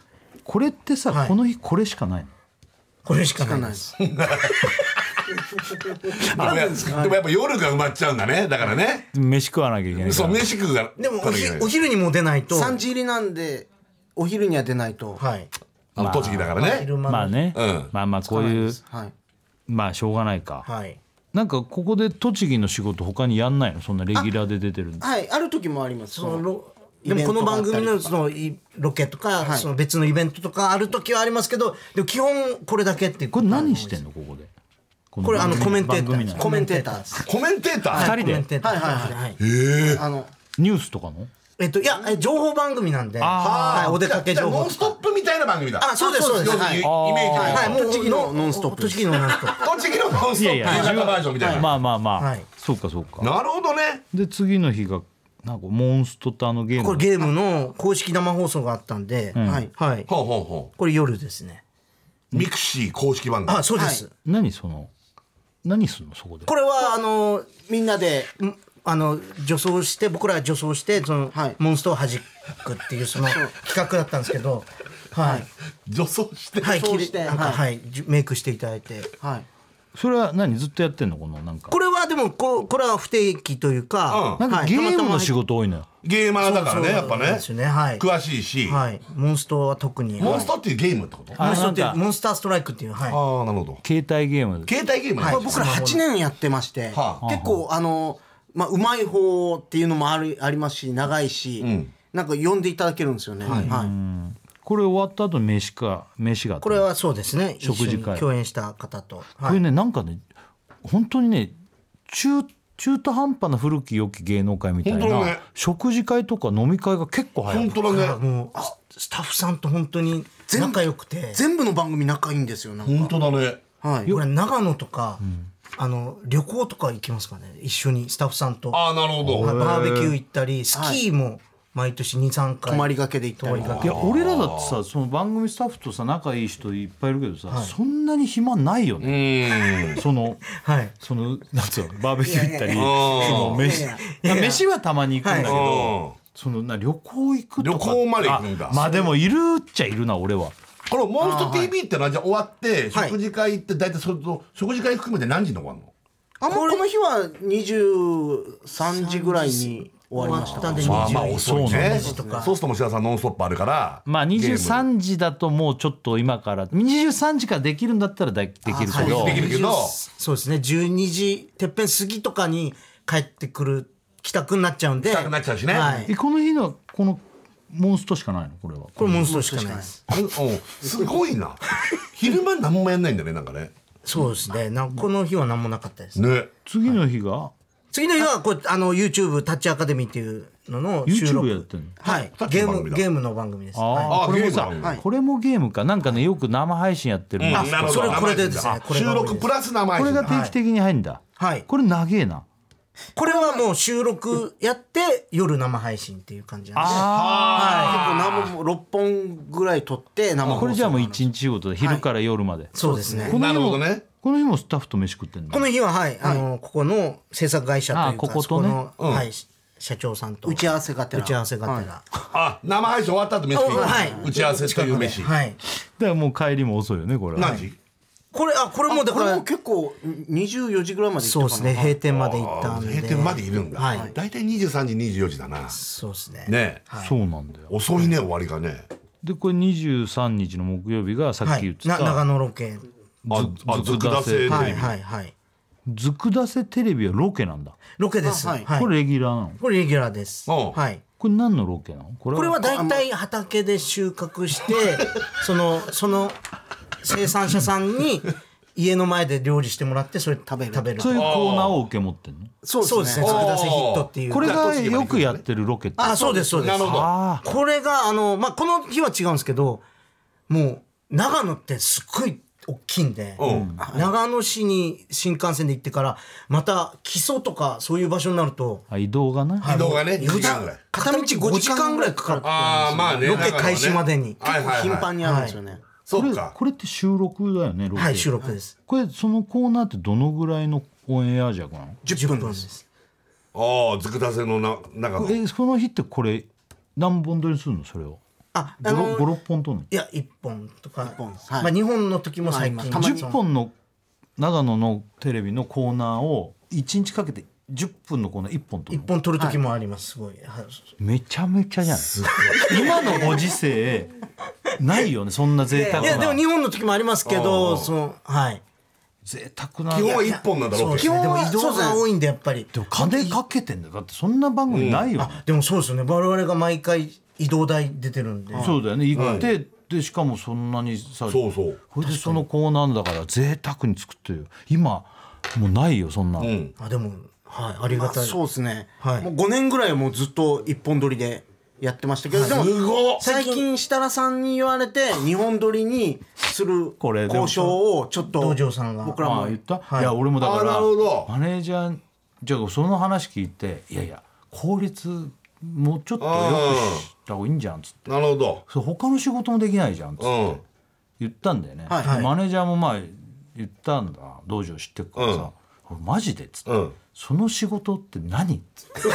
S3: これってさ、
S4: はい
S3: この日これしかないの
S4: これしかないです。
S5: あでもでもやっぱ夜が埋まっちゃうんだねだからね
S3: 飯食わなきゃいけないか
S5: そう
S3: ら
S5: 飯食うが
S4: でもお
S5: 食べなきゃい
S4: ひ
S5: けない
S4: お昼にもう出ないと。
S6: 3時入りなんでお昼には出ないと、
S4: はい。
S5: あの栃木だからね
S4: 昼間の
S3: まあ。ね、
S5: うん
S3: まあまあこう
S6: は
S3: いう
S6: い、
S3: まあしょうがないか、
S4: はい。
S3: なんかここで栃木の仕事他にやんないのそんなレギュラーで出てるの
S6: はい、ある時もあります
S4: その
S6: その
S4: ロでもこの番組のそのいロケとか、
S6: はい
S4: その別のイベントとかある時はありますけど、でも基本これだけっていう。
S3: これ何してんのここでこ
S4: これあのコメンテータ
S3: 番組
S4: ー
S3: 内
S4: コメンテーターです。
S5: コメンテーター
S3: 二人
S4: コメ
S3: で
S4: ンテーター
S6: はいはいはい
S4: はい。
S6: あの
S3: ニュースとかの
S4: えっといやえ情報番組なんで、
S3: あ
S4: はいお出かけ
S5: じゃあ
S4: 情
S5: ノ
S4: 報
S5: ン。ストップみたいな番組だ
S4: あそうですそうです。
S5: 要
S4: は
S5: するに
S4: い
S5: イメージ
S4: はいもう
S6: 栃木のノンストップです
S4: 栃木のノンスト ップ。
S5: 栃木のノンストップ新潟バージョンみたいな、
S3: まあまあまあ、
S4: はい
S3: そうかそうか
S5: なるほどね
S3: で次の日がなんかモンストとあのゲーム
S4: これゲームの公式生放送があったんで、はいはい。
S5: ほうほうほ
S4: これ夜ですね。
S5: うミクシー公式番組
S4: あそうです。
S3: 何その何すんのそこで
S4: これはあの
S6: みんなで
S4: んあの女装して僕らは女装してその、
S6: はい
S4: モンストを弾くっていうその企画だったんですけどはい
S5: 女装して
S4: はい
S6: 装して
S4: 着れなんか
S6: はい
S4: はいじゅメイクしていただいて
S6: はい
S3: それは何ずっとやってんのこのなんか
S4: これはでもここれは不定期というか、
S5: う
S3: なんか
S4: はい
S3: ゲームの仕
S4: たま
S3: 事多いのよ、
S5: ゲーマーだ
S4: たま
S5: からねやっ
S4: そ
S5: ぱ
S4: うなん
S5: ね
S4: ですよねはい、
S5: 詳しいし、
S4: はい、モンストは特に
S5: モンス
S4: は
S5: ターっていうゲームってことあ
S4: いモンストって
S3: あなんか
S4: モンスターストライクっていうはい
S5: あなるほど
S3: 携帯ゲーム
S5: 携帯ゲームね、
S4: はい
S6: 僕ら8年やってまして、
S5: はあ
S6: 結構あのまあうまい方っていうのもあるありますし長いし、なんか呼んでいただけるんですよね、はい
S3: これ終わった後飯か飯があった
S4: これはそうですね一
S3: 食
S4: 緒
S3: 事会
S4: に共演した方と、
S3: こ
S4: は
S3: れ
S4: い、
S3: ねなんかね本当にね中中途半端な古き良き芸能界みたい
S5: 本当だね
S3: な食事会とか飲み会が結構早
S5: 本
S3: い
S5: 当
S4: だか
S5: だね
S4: らもうスタッフさんと本当に仲良くて
S6: 全部の番組仲いいんですよなんか、
S5: 本当だね
S6: はい、
S4: これ長野とか、あの旅行とか行きますかね一緒にスタッフさんと
S5: ああなるほ
S4: はい
S5: ど
S4: バーベキュー行ったりスキーも毎年23回
S6: 泊まりがけで行ったり
S4: 泊まりが
S3: いや俺らだってさその番組スタッフとさ仲いい人いっぱいいるけどさ、そんなに暇ないよ
S5: う
S3: ね、
S5: ーん
S3: その
S4: はい
S3: そのなんつうのバーベキュー行ったりその飯
S6: いや
S3: まあ飯はたまに行くんだけど、
S5: うん
S3: そのな旅行行くとか
S5: 旅行まで行くんだ
S3: あまあでもいるっちゃいるな俺は
S5: このモンスト TV ってのはじゃあ終わって食事会行って大体それと食事会含めて何時に終わるの
S6: あもうこの日は23時ぐらいに終わりまし
S4: 終わ
S6: た
S4: ったんで
S5: まあまあ
S4: 20
S5: 遅いね
S4: そうなんです
S5: そうするともう白田さんノンストップあるから
S3: まあ23時だともうちょっと今から23時からできるんだったらでできるけど、
S5: できるけど
S4: そうですね12時てっぺん過ぎとかに帰ってくる帰宅になっちゃうんで帰
S5: 宅になっちゃうしね
S4: はい、
S3: えこの日のこのモンストしかないのこれは
S4: これモンストしかないです
S5: あれうんすごい な昼間何もやんないんだねなんかね
S4: そうですねなこの日は何もなかったです
S5: ね
S3: 次の日が、
S4: 次の日はこうあの YouTube タッチアカデミーっていうのの収
S3: YouTube
S4: 録
S3: やってんの
S4: はい
S5: タッチ
S4: ゲ
S5: の
S4: ー
S5: 番組
S4: ム
S5: だ
S4: ゲームの番組です
S3: あ
S4: はい
S3: あ
S5: あ
S3: これもさ
S5: ゲームなの
S3: これもゲームかなんかねよく生配信やってるんです
S5: なるほど
S4: それこれでですね
S5: あ
S4: これ
S5: 収
S4: が多いです
S5: 録プラス生配
S3: こ
S5: 信
S3: れが定期的に入るんだ、
S4: はい
S3: これ長えな
S4: これはもう収録やって夜生配信っていう感じなんです
S3: あ
S6: 結構6本ぐらい撮って生
S3: あ
S6: 放送
S3: これじゃあもう一日仕事で昼から夜まで、
S4: そうですね
S3: この
S5: な
S3: 日
S5: るほど
S3: も、
S5: ね
S3: この日もスタッフと飯食ってんの
S4: この日ははい、あのここの制作会社という
S3: あ
S4: か
S3: こことね
S4: そこの、はい社長さんと
S6: 打ち合わせがてら
S4: 打ち合わせがてら、
S6: は
S5: あ生配信終わった後飯食いに行く
S4: はい
S5: 打ち合わせという飯
S4: はい
S3: だからもう帰りも遅いよねこれは
S5: 何時
S4: これあこれも
S6: も
S4: う
S6: う
S4: だ
S6: だ
S4: か
S6: からら結構24時ぐらいまで行っ
S4: そ
S6: たか
S4: う
S6: な
S4: ですね閉店まで行ったんで
S5: 閉店までいるんだ
S4: はい
S5: 大体23時24時だな
S4: そうですね
S5: ね
S3: そうなんだよ
S5: 遅いね終わりがね
S3: でこれ23日の木曜日がさ
S4: は
S3: っき言っ
S4: い
S3: てた、
S4: な長野ロケ
S5: ああずくだせテレビ
S4: はいはいはい
S3: ずくだせテレビはロケなんだ、
S4: ロケです
S6: あ
S4: は
S6: はいい
S3: これレギュラーなの
S4: これレギュラーです
S5: おう
S4: はい
S3: これ何のロケなのこれ
S4: これは大体畑で収 穫してそのその生産者さんに家の前で料理してもらってそれ食べる食べる
S3: そういうコーナーを受け持ってんの
S6: そうですね
S4: そうですね「つくだせヒット」っていう
S3: これがよくやってるロケって
S4: あそうですそうです
S5: なるほど
S3: あ
S4: これがあの、まあ、この日は違うんですけどもう長野ってすっごい大きいんで、
S5: うん
S4: 長野市に新幹線で行ってからまた木曽とかそういう場所になると
S3: あ移動がな、
S5: 移動がね2時間ぐらい
S4: 片道5時間ぐらいかかるって
S5: ああまあね
S4: ロ
S5: だ
S4: ケ
S5: からね
S4: 開始までに
S5: はいはいはい
S6: 頻繁にあるんですよね、
S3: こ
S5: そ
S3: れ
S5: っか
S3: これって収録だよねロケ、
S4: はい収録です
S3: これそのコーナーってどのぐらいのオンエア尺なの
S4: 10分です
S5: ああずくだせのな中の
S3: えその日ってこれ何本撮りするのそれを
S4: ああの
S3: 56本とんねん
S4: いや一本とか
S6: 本はい
S4: まあ、日本の時も最近、
S6: はい
S4: たまに
S3: 10
S4: その
S3: 本の長野のテレビのコーナーを1日かけて10分のコーナー1本と
S4: 一本取る時もあります、すごい、はい、
S3: めちゃめちゃじゃない今のご時世ないよねそんな贅沢
S4: いやでも
S3: な
S4: 日本の時もありますけ
S5: あー
S4: どそのはい
S3: 贅沢な
S5: 基本は
S3: で
S5: 一本なんだろうけ
S4: 基
S5: ど
S4: 本は
S6: でも移
S4: そ
S6: 動が
S4: うですね多いんでやっぱり
S3: も金かけてんだよだってそんな番組ないよね
S4: あでもそうですよね我々が毎回移動代出てるんで
S3: そうだよね行って、でしかもそんなにさ
S5: そうそう
S3: これでそのコーナーだから贅沢に作ってるよ今もうないよそんな、
S5: うん
S4: あでもはいありが
S6: まあ
S4: たい、
S6: そうですね、
S4: はい
S6: もう5年ぐらいはもうずっと一本撮りでやってましたけど、でも
S5: すごっ
S6: 最近設楽さんに言われて日本撮りにする
S3: これでも
S6: 交渉をちょっと
S4: 道場さんが
S6: 僕ら
S3: あ
S6: も
S3: あ言った、
S4: はい
S3: い、や俺もだか
S5: あな
S3: ら
S5: るほど
S3: マネージャーじゃあその話聞いていやいや効率もうちょっとよくした方がいいんじゃんっつって
S5: なるほど
S3: それ他の仕事もできないじゃんっつっ
S5: う
S3: て
S5: ん
S3: 言ったんだよね、
S6: はい
S4: はい
S3: マネージャーもまあ言ったんだ道場知ってるからさ、俺マジでっつって、
S5: うん
S3: その仕事って何っつって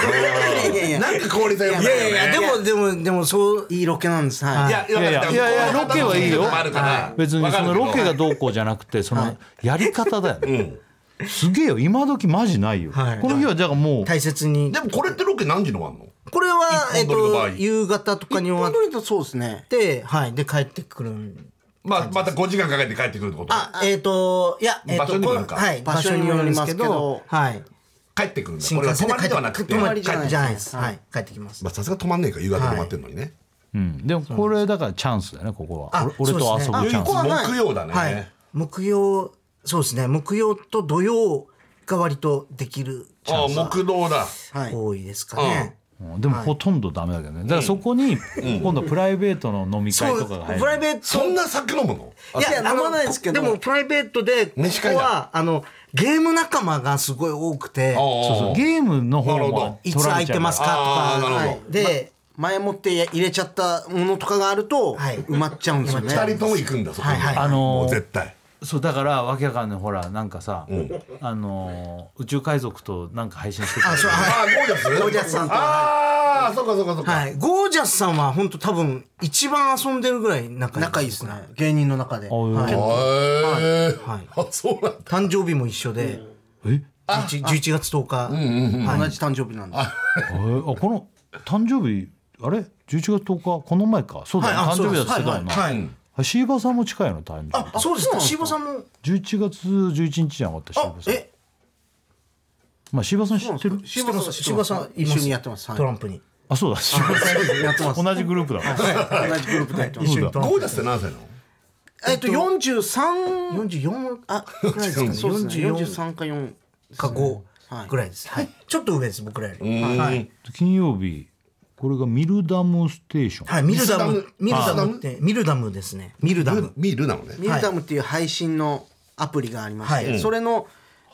S6: いやいや
S5: なんか効率が良く
S4: い
S5: ない
S4: や
S5: よ
S4: い
S5: ね
S4: やいやでもでもでもそう
S6: いいロケなんですはい
S5: いや
S3: いやいやいやいやロケはいいよ
S5: あるから
S3: 別にそのロケがどうこうじゃなくてそのやり方だよね、 すげえよ今時マジないよ、
S4: はい
S3: この日はだからもう
S4: 大切に
S5: でもこれってロケ何時のあんの
S4: これは、え
S5: 一
S4: っ
S5: 本撮りの場合
S4: と、夕方とかに
S6: 一本
S4: 終
S6: 撮
S4: わ
S6: りだとそうですね
S4: ってはいで帰ってくるん
S5: まあまた5時間かけて帰ってくるってこと
S4: あえっ、といや、えっ
S5: 場所
S4: と
S5: にもよるか
S4: これはい、
S6: 場
S4: 場
S6: 所
S4: 所
S6: に
S4: に
S6: も
S4: よ
S6: よ
S4: る
S6: り
S4: んで
S6: ますす
S4: け
S6: けど
S4: どはい
S5: 帰ってくるんだ
S4: 新
S5: これ
S4: 幹
S5: は
S4: 線
S5: 泊まり
S4: で
S5: ではなくて
S4: 泊ま
S5: ま
S4: りじゃないじゃないです、はい、帰ってきます
S5: あさすが止まんねえか夕方止まってんのにね
S3: うん、でもこれだからチャンスだよねここ
S4: あ
S3: は俺俺と遊
S4: そうですねあ
S3: ぶチャンス、
S4: ここは
S5: 木曜だ
S4: は
S5: ね
S4: い、木曜そうですね木曜と土曜が割とできるチ
S5: あ
S4: ャ
S5: あ
S4: ンスが
S5: 木道だ
S6: はい
S4: 多いですかね、
S3: うんでもほとんどダメだけどね、だからそこに今度はプライベートの飲み会とかが入る
S4: プライベート
S5: そんな酒飲むの
S4: いや
S6: いや
S4: あの
S6: 飲まないですけど
S4: でもプライベートでこ
S5: 飯
S4: こ
S5: 会だ
S4: はあのゲーム仲間がすごい多くて
S3: そうそうゲームの方
S5: なるほ
S3: も
S5: ど
S4: い
S3: 取
S4: つ
S3: ら
S4: 空
S3: れ
S4: い
S3: ちゃ
S4: て
S3: うか
S4: ま
S3: ら
S4: すかとか、
S5: あーなるほど
S4: はいで、
S6: 前もって入れちゃったものとかがあると
S4: はい
S6: 埋まっちゃうんですよね、
S5: 2人とも行くんだそこに
S4: はいはい
S3: あのー
S5: もう絶対
S3: そうだからわけわかんないほらなんかさ、あのー宇宙海賊となんか配信してた
S4: あそう
S5: あ
S4: はい
S5: あゴージャス
S6: ゴージャスさんと
S5: ああそうかそうかそうか
S4: はい、ゴージャスさんは本当多分一番遊んでるぐらい仲いい
S6: 仲いいですね
S4: 芸人の中で、
S3: おい
S4: はい
S5: へえ
S4: はい
S5: あそうなんだ
S4: 誕生日も一緒で
S3: え
S4: 11 11月10日、
S6: 同じ誕生日なんで
S3: あこの誕生日あれ11月10日この前かそうだよ、
S4: はいあ
S3: 誕生日だっつってたよな、
S4: はい
S5: うん
S3: あシーバーさんも近いの誕生
S4: あそうですかシーボさんも
S3: 日11月11日じゃなかったシーバーさん
S4: え
S3: まあシーバーさん知ってる
S6: す柴さん
S4: 柴さん
S6: 一緒にやってますはい
S4: トランプに
S3: あそうだシーバーさん
S6: やってま す
S3: 同じグループだわ
S6: 同じグループでやってます
S4: 一緒にトラン
S5: ゴ
S4: プ
S5: ージャスって何歳なの
S6: えっと四十三
S4: 44
S6: あぐらいですかね
S4: そうですね
S6: 四十三か四
S4: か
S6: はい
S4: 5ぐらいです、はいちょっと上です僕らより、
S5: はい
S3: 金曜日これがミルダムステーション、
S4: はいミルダム
S5: ミ
S4: ミル
S5: ル
S4: ダ
S5: ダム
S4: ムってミルダムですねミルダム
S5: ミールなのね
S6: ミルダムっていう配信のアプリがありまして、
S4: はい
S6: それの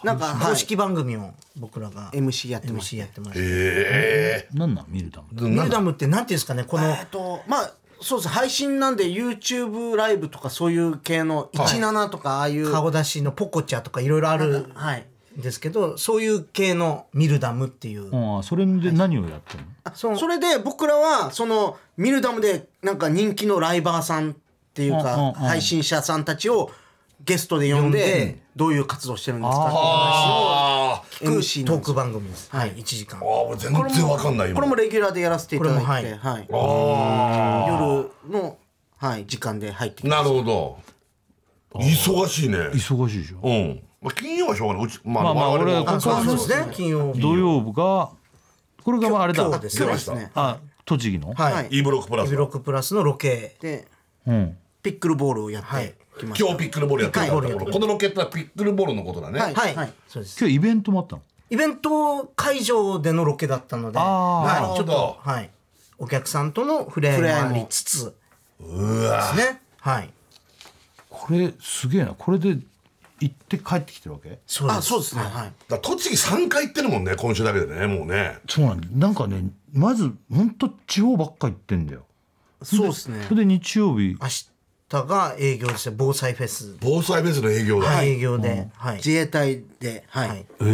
S6: なんか
S4: 公式番組を僕らが
S6: MC やってま
S4: MC
S6: す
S4: やってました
S5: ええ
S3: なんなんミルダム
S4: ミルダムってなんていうんですかねこの
S6: えっとまあそうです配信なんで YouTube ライブとかそういう系の17とかああいう
S4: 顔出しのポコチャとかいろいろある
S6: はい
S4: んですけどそういう系のミルダムっていう、
S3: ああそれで何をやってるの
S6: あそれで僕らはそのミルダムでなんか人気のライバーさんっていう
S3: うんうんう
S6: か
S3: ん
S6: 配信者さんたちをゲストで呼んでどういう活動してるんですかっていう
S5: あー
S4: ト
S6: MC なん
S4: ー
S6: で
S4: ク番組ですはい1時間
S5: あー俺全然わかんない
S6: す
S5: よ
S6: これもレギュラーでやらせていただいて、
S4: こ
S6: は
S4: れ
S6: い
S4: も
S6: 夜の、はい、時間で入ってきて
S5: なるほど忙しいね
S3: 忙しいでしょ
S5: うんまあ金曜はしょうがないうちま
S3: まあまあ
S5: 我々
S3: 俺
S5: も
S3: はここは
S4: そうですね金曜日
S3: 土曜日がこれがまああれだ
S4: 今日です
S5: 出
S4: ね
S5: ました
S6: ね
S3: あ栃木の、
S4: はい、
S6: はい
S5: E ブロックプラス
S4: ブロックプラスのロケ
S6: で
S3: うん、
S6: ピックルボールをやってきました、
S5: 今日ピックルボールやってたところこのロケットはピックルボールのことだね
S6: はい
S4: はい、そうです
S3: 今日イベントもあったの
S4: イベント会場でのロケだったので、
S3: あー
S4: は、
S5: ないる
S4: ちょ
S5: ほ
S4: っ
S5: ど
S4: と、はい、お客さんとの触れ合いもありつつですね。はい、
S3: これすげえなこれで行って帰ってきてるわけ
S4: そうです。
S6: あそうですねはい
S5: だから栃木3回行ってるもんね今週だけでねもうね
S3: そうなんだなんかねまずほんと地方ばっか行ってんだよ
S6: そうですね
S3: それで日曜日
S4: 明日が営業ですね。防災フェス、
S5: 防災ベースの営業だ、
S4: はい、営業で、はい、
S6: 自衛隊で、はい
S4: はい
S3: え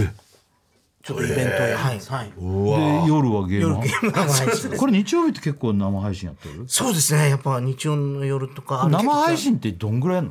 S6: ちょっとイベントやはい、はい、
S5: うわ
S3: で夜はゲーム
S6: 夜ゲーム生配信で す
S3: これ日曜日って結構生配信やってる
S6: そうですねやっぱ日曜の夜とかある
S3: 生配信ってどんぐらいやんの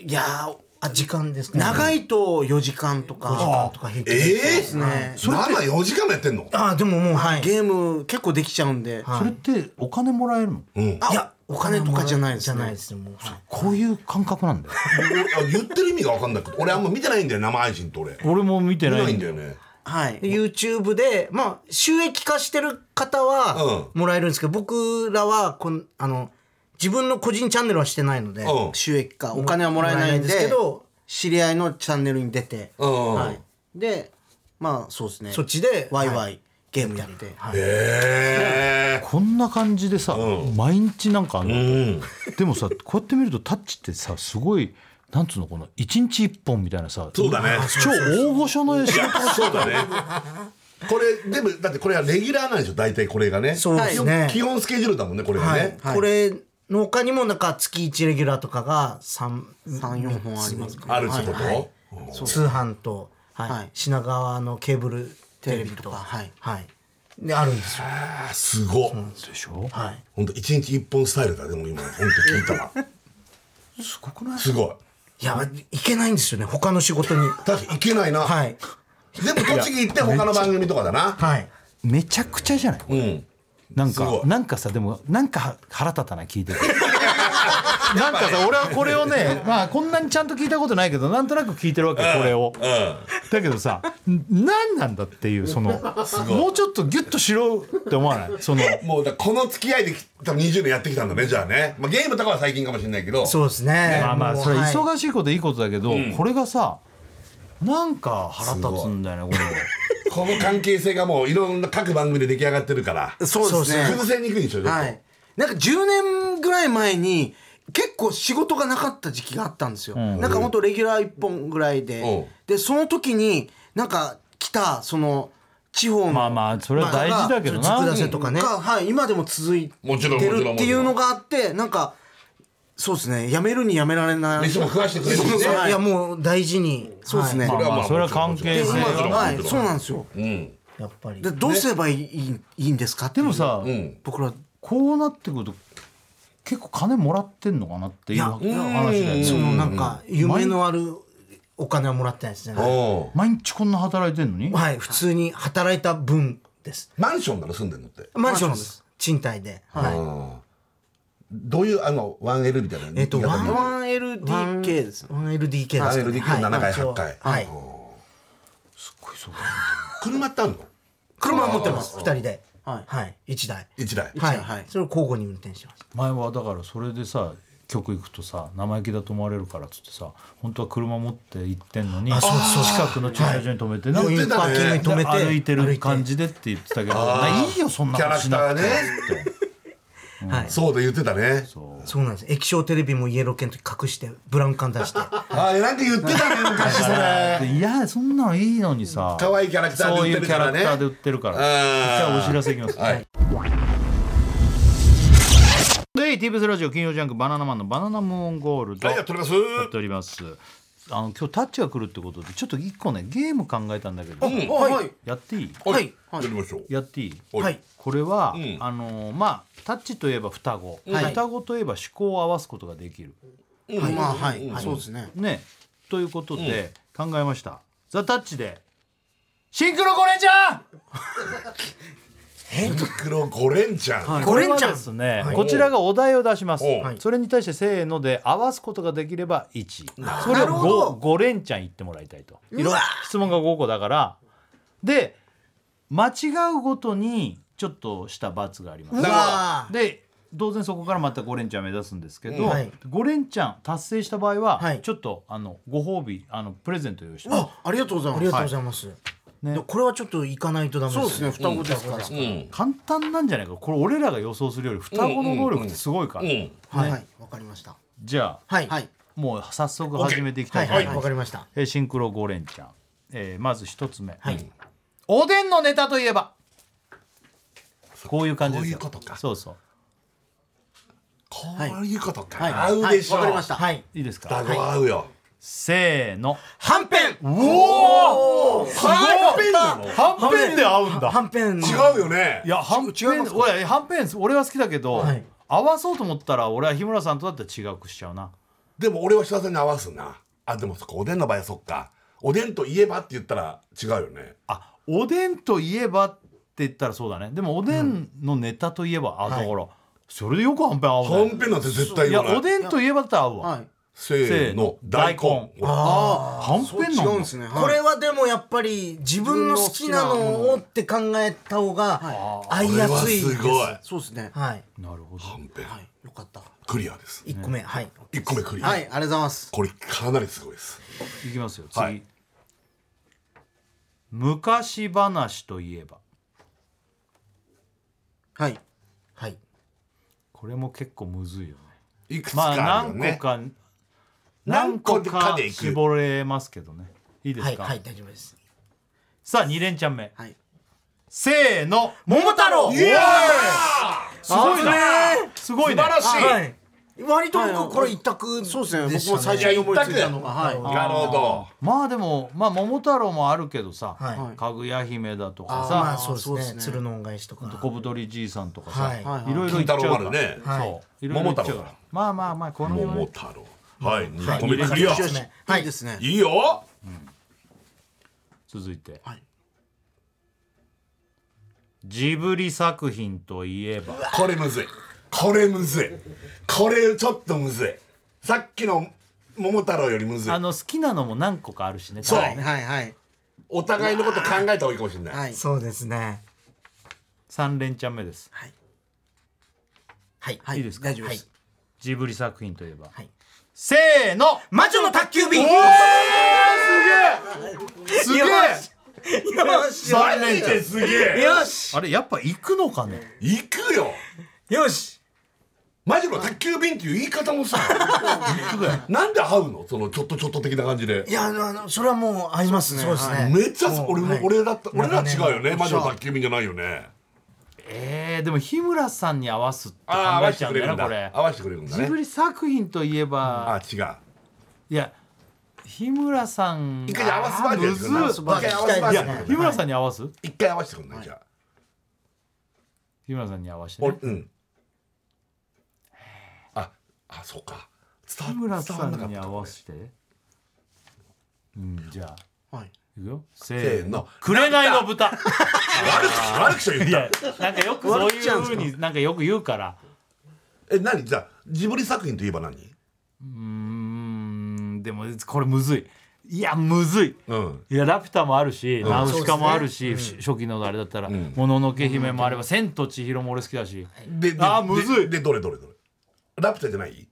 S6: いやーあ時間ですか、長いと4時間とか5時間とか平気ですね、
S5: 生4時間もやってんの
S4: あでももうはい
S6: ゲーム結構できちゃうんで、
S3: それってお金もらえるの
S5: うん
S6: いやお金とかじゃないです
S4: じゃない
S6: ね
S4: ですねもう、はい
S3: こういう感覚なんだよ
S5: 俺あ言ってる意味が分かんなくて俺あんま見てないんだよ生配信って俺
S3: 俺も見て
S5: 見
S3: な
S5: ない
S3: い
S5: ん
S3: ん
S5: だ
S3: だ
S5: よ
S3: よ
S5: ね
S6: はい
S4: で YouTube で、まあ、収益化してる方は
S5: う
S4: もらえるんですけど、僕らはこんあの自分の個人チャンネルはしてないので、
S5: うん
S6: 収益化お金はもらえない
S4: もらえない
S6: んで
S4: んですけど
S6: 知り合いのチャンネルに出て、
S5: うん
S6: はい、でまあそうですね
S4: そっちで
S6: ワイワイ、
S4: は
S6: ゲームやって、はい
S5: へえ
S3: こんな感じでさ、毎日なんかあんの
S5: うん
S3: でもさこうやって見るとタッチってさすごいなんつうのこの一日一本みたいなさ
S5: そうだね
S3: 超大御所の仕事
S5: そうだねこれでもだってこれはレギュラーなんでしょ大体これがね
S4: そうですね
S5: 基本スケジュールだもんねこれがね
S6: はい
S4: これの他にもなんか月1レギュラーとかが3
S6: 34本ありますから
S5: あるってこと、
S6: はい
S4: 通販と、はい
S6: はい
S4: 品川のケーブルテ
S6: テレ
S4: レ
S6: ビ
S4: ビ
S6: と
S4: と
S6: か
S4: か
S6: はい
S4: はい、であるんですよ、
S5: あすごっ
S3: でしょ
S4: はい、
S5: ほんと一日一本スタイルだでも今ほんと聞いたら
S3: すごくない
S5: すごい
S4: いやいけないんですよね他の仕事に
S5: 確かにいけないな
S4: はい
S5: でも栃木行って他の番組とかだな
S4: はい
S3: めちゃくちゃじゃない
S5: うん
S3: なん
S5: すご
S3: か
S5: い
S3: なんかさでもなんか腹立たない 聞いててなんかさ俺はこれをねまあこんなにちゃんと聞いたことないけどなんとなく聞いてるわけこれをだけどさ何なんだっていうそのもうちょっとギュッとしろって思わないその
S5: もうだからこの付き合いで多分20年やってきたんだねじゃあね、まあ、ゲームとかは最近かもしれないけど
S4: そうですね
S3: まあまあ
S4: もう
S3: それ
S4: はい
S3: 忙しいこといいことだけど、これがさなんか腹立つんだよねこ
S5: この関係性がもういろんな各番組で出来上がってるから
S6: そうですね
S5: 崩せにくいでしょちょっと
S6: はいなんか10年ぐらい前に結構仕事がなかった時期があったんですよ、なんかほんとレギュラー1本ぐらいで、
S5: うん
S6: でその時になんか来たその地方の
S3: れまあまあそれは大事だけどな、
S4: まあまあそれ軸出せとかね
S6: がはい、今でも続いて
S5: もちろんもちろんも
S6: る
S5: ちろん
S6: っていうのがあってなんかそうですねやめるにやめられない
S5: 飯も食わしてくれるしね
S4: そういやもう大事に
S6: そうですね、
S3: まあまあそれは関係
S6: で
S3: 性
S6: 今
S5: もちろんも
S6: はい、
S5: ちろん
S6: そうなんですよ
S5: うん
S4: やっぱり
S6: でどうすればいい,、いいんですかって
S3: で
S6: いう
S3: もさ、
S5: うん
S6: 僕ら
S3: こうなってくると結構金もらってんのかなっていう話だよ
S4: そ
S3: ね
S4: のなんか夢のあるお金はもらってないですね
S5: おう
S3: 毎日こんな働いてんのに、
S4: はい普通に働いた分です
S5: マンションなの住んでんのって
S4: マンションです賃貸ではい
S5: どういうあの 1L みたいな
S4: えっと
S5: 言い方
S4: ワ
S6: 1LDK ですね
S4: 1LDK です
S5: 1LDK の7階8階
S4: はい
S5: 車ってあるの
S4: 車は持ってます2人で
S6: はい
S4: はい1台
S5: 一台
S4: はい
S6: 一台はい
S4: それを交互に運転してます
S3: 前はだからそれでさ曲行くとさ生意気だと思われるからっつってさ本当は車持って行ってんのに近くの駐車場に止めて、なんか
S5: 言ってたね
S4: パーキングに止めて
S3: 歩いてる感じでって言ってたけど
S5: あー
S3: いいよそんな
S5: キャ
S3: の
S5: ラク
S3: し
S5: タ
S3: な
S5: ー
S3: く
S5: ね
S3: て
S4: はい
S5: そうで言ってたね
S4: そうなんです液晶テレビも家ロケの時隠してブラウン管出して
S5: ああなんか言ってたね昔そ れ
S3: いやそんなのいいのにさ
S5: 可愛いキャラクター
S3: そう
S5: で
S3: い
S5: 売っ
S3: う
S5: て
S3: キ
S5: るか
S3: ャ
S5: ら
S3: ラ
S5: ね
S3: クターで売ってるからじゃあお知らせいきます
S5: はい
S3: で TBS ラジオ金曜ジャンク「バナナマンのバナナムーンゴールド」
S5: はいやっております
S3: やっておりますあの今日タッチが来るってことでちょっと一個ねゲーム考えたんだけど、
S5: うん
S6: はい
S3: やっていい
S5: はいやりましょう
S3: やっていい
S5: はい
S3: これは、
S5: ん
S3: あのーまあタッチといえば双子、双子といえば思考を合わすことができる
S6: はいまあはい、そうですね
S3: ねということで、考えました「ザ・タッチでシンクロゴレンジャー
S5: 黒ゴレンちゃんは
S3: これはですね、こちらがお題を出します
S5: おうはい
S3: それに対してせーので合わすことができれば1それを 5, 5連チャン言ってもらいたいといろ質問が5個だからで間違うごとにちょっとした罰があります
S4: わ
S3: で当然そこからまた5連チャン目指すんですけど、
S4: はい
S3: 5連チャン達成した場合は、
S4: はい
S3: ちょっとあのご褒美あのプレゼント用意してます
S6: あありがとうござい
S4: あ
S6: ま
S4: り
S6: す
S4: がとうございます
S3: ね
S4: でこれはちょっと行かないとダメ
S6: そうですね双子ですから
S3: 簡単なんじゃないかこれ俺らが予想するより双子の能力ってすごいから、
S5: うん
S4: はい
S6: はいわかりました
S3: じゃあ
S4: はい
S6: はい
S3: もう早速始めていきた
S4: はいい
S3: と思
S4: はいい
S3: ます
S4: わかりました
S3: えーシンクロ5連チャン、えーまず一つ目、おでんのネタといえばこういう感じですよ
S5: こういうことか
S3: そうそう
S5: こういうことか、
S6: はい
S5: 合うでしょ、
S6: はいわかりました
S4: はい
S3: いいですか
S5: 双子合うよ、
S3: せーの
S6: はんぺん
S3: おおはんぺんなのはんぺんで合うんだ
S6: はんぺん違
S5: うよね
S3: いやはんぺん俺はんぺん俺は好きだけど、
S6: はい
S3: 合わそうと思ったら俺は日村さんとだったら違くしちゃうな
S5: でも俺は設楽さんに合わすなあでもそっかおでんの場合はそっかおでんといえばって言ったら違うよね
S3: あおでんといえばって言ったらそうだねでもおでんのネタといえば、あだから、それでよくはんぺん合う
S5: は
S3: ね
S5: んぺんなんて絶対
S3: いや
S5: 言わない
S3: おでんといえばだったら合うわ、
S6: はい
S5: せーの
S3: 大
S5: 大
S3: 根
S5: 根
S6: あ
S3: はん
S6: そう
S3: ぺん
S6: 違
S3: な
S6: うんん
S3: だ
S6: ですね
S4: これ
S6: は
S4: はでもやっぱり自分の好きなのをって考えた方が合いや
S5: こ
S4: す
S5: れ
S4: い
S5: は
S4: です
S5: すごい
S6: そうですねは
S4: はい
S3: なるほど
S5: はんぺん
S6: いよかったは
S5: クリアです
S4: 1個目はい
S5: 1個目クリア、
S6: いありがとうございます
S5: これかなりすごいです
S3: いきますよ次、
S5: はい
S3: 昔話といえば
S6: はい
S4: はい
S3: これも結構むずいよね
S5: いくつ
S3: ま
S5: か
S3: あ
S5: あるよ
S3: 何個
S5: ね、
S3: か何
S5: 何
S3: 個
S5: 個か
S3: か
S5: でいく
S3: 絞れますけどねいいで
S4: は
S3: す
S4: い
S3: か、
S4: はい大丈夫です
S3: さあ2連チャン目
S6: はい
S3: せーの桃太郎すごいなすごいね
S5: 素晴らしい、
S4: はい割と僕これ一択
S6: そうですね
S4: でした
S6: 僕も最初に思いついたのがはい
S5: なるほど
S3: まあでもまあ桃太郎もあるけどさ、
S4: はい
S3: かぐや姫だとか
S4: あ
S3: さ、
S4: まあそうです
S6: そうで
S4: ね
S6: すね
S4: 鶴の恩返しとか
S3: 小太りじいさんとかさ、
S4: はいい、
S6: はい
S3: ろいろ言っちゃうか
S5: 金太郎
S3: ら
S5: 丸ね
S3: そういろいろ言っちゃうか
S5: 桃太
S3: ら
S5: 郎
S3: まあまあまあこの
S5: 桃
S3: 辺
S5: 太郎はい2個
S3: 二
S5: 目
S3: 連
S5: ク
S3: チ
S5: リア、
S3: ャン
S6: はいいいですね
S5: い、いよ
S3: 続いて、
S6: はい
S3: ジブリ作品といえば
S5: これむずいこれむずいこれちょっとむずいさっきの桃太郎よりむずい
S3: あの好きなのも何個かあるしね
S5: そう
S6: はいはいはい
S5: お互いのこと考えた方がいいかもしれない、
S6: はい
S4: そうですね
S3: 3連チャン目です
S4: はい
S6: はい
S3: いですか
S6: 大丈夫です
S3: ジブリ作品といえば、
S4: い
S3: せーの
S4: 魔女の宅急便
S3: すげえ
S4: よし
S5: マジですげえ
S4: よし
S3: あれやっぱ行くのかね
S5: 行くよ
S4: よし
S5: マジの宅急便っていう言い方もさ行くだよなんで会うのそのちょっとちょっと的な感じで
S4: いやあのあのそれはもう合いますね
S6: そうですね
S5: めっちゃ俺も
S4: はい
S5: 俺だった俺ら違うよね
S4: 長年
S5: マジの宅急便じゃないよね
S3: えー、でも日村さんに合わすって考
S5: ああ合
S3: え
S5: わせ
S3: ち
S5: て
S3: ゃう
S5: く
S3: ん
S5: れ
S3: だよ
S5: るん
S3: な
S5: だ
S3: これ
S5: 合わせてくれるんだ
S3: ジ
S5: ね
S3: ブリ作品といえば、
S5: あ違う
S3: いや日村さん
S5: 一回じゃあ合わせバージョンやってくん
S3: あー
S5: な
S3: む
S5: 一
S3: ずっ
S5: 回合わせバー
S4: い
S5: ジ
S4: や
S5: ョンやってくん
S3: 日
S5: な
S3: 村さんに合わす、
S5: 一回合わせてくんないじゃあ
S3: 日村さんに合わせてね、
S5: 俺うんああそうか伝
S3: 日
S5: わ
S3: 村
S5: 伝わ
S3: さ
S5: んなか
S3: ん
S5: っ
S3: に
S5: た
S3: 合わせてうんじゃあ
S6: はい
S3: いくよせ
S5: せ
S3: ー
S5: ー
S3: の
S5: の
S3: 「紅の豚」
S5: 悪く悪くしちゃ言
S3: い
S5: った
S3: やなんかよくそういうふうになんかよく言うから
S5: え何じゃあジブリ作品といえば何
S3: うーんでもこれむずいいやむずい
S5: うん
S3: いやラピュタもあるし、ナウシカもあるし、
S4: そうですね
S3: 初期のあれだったら、
S5: ん
S3: もののけ姫もあれば、千と千尋も俺好きだし。
S5: でで
S3: あーむずい
S5: ででどれどれどれラプタじゃない
S3: い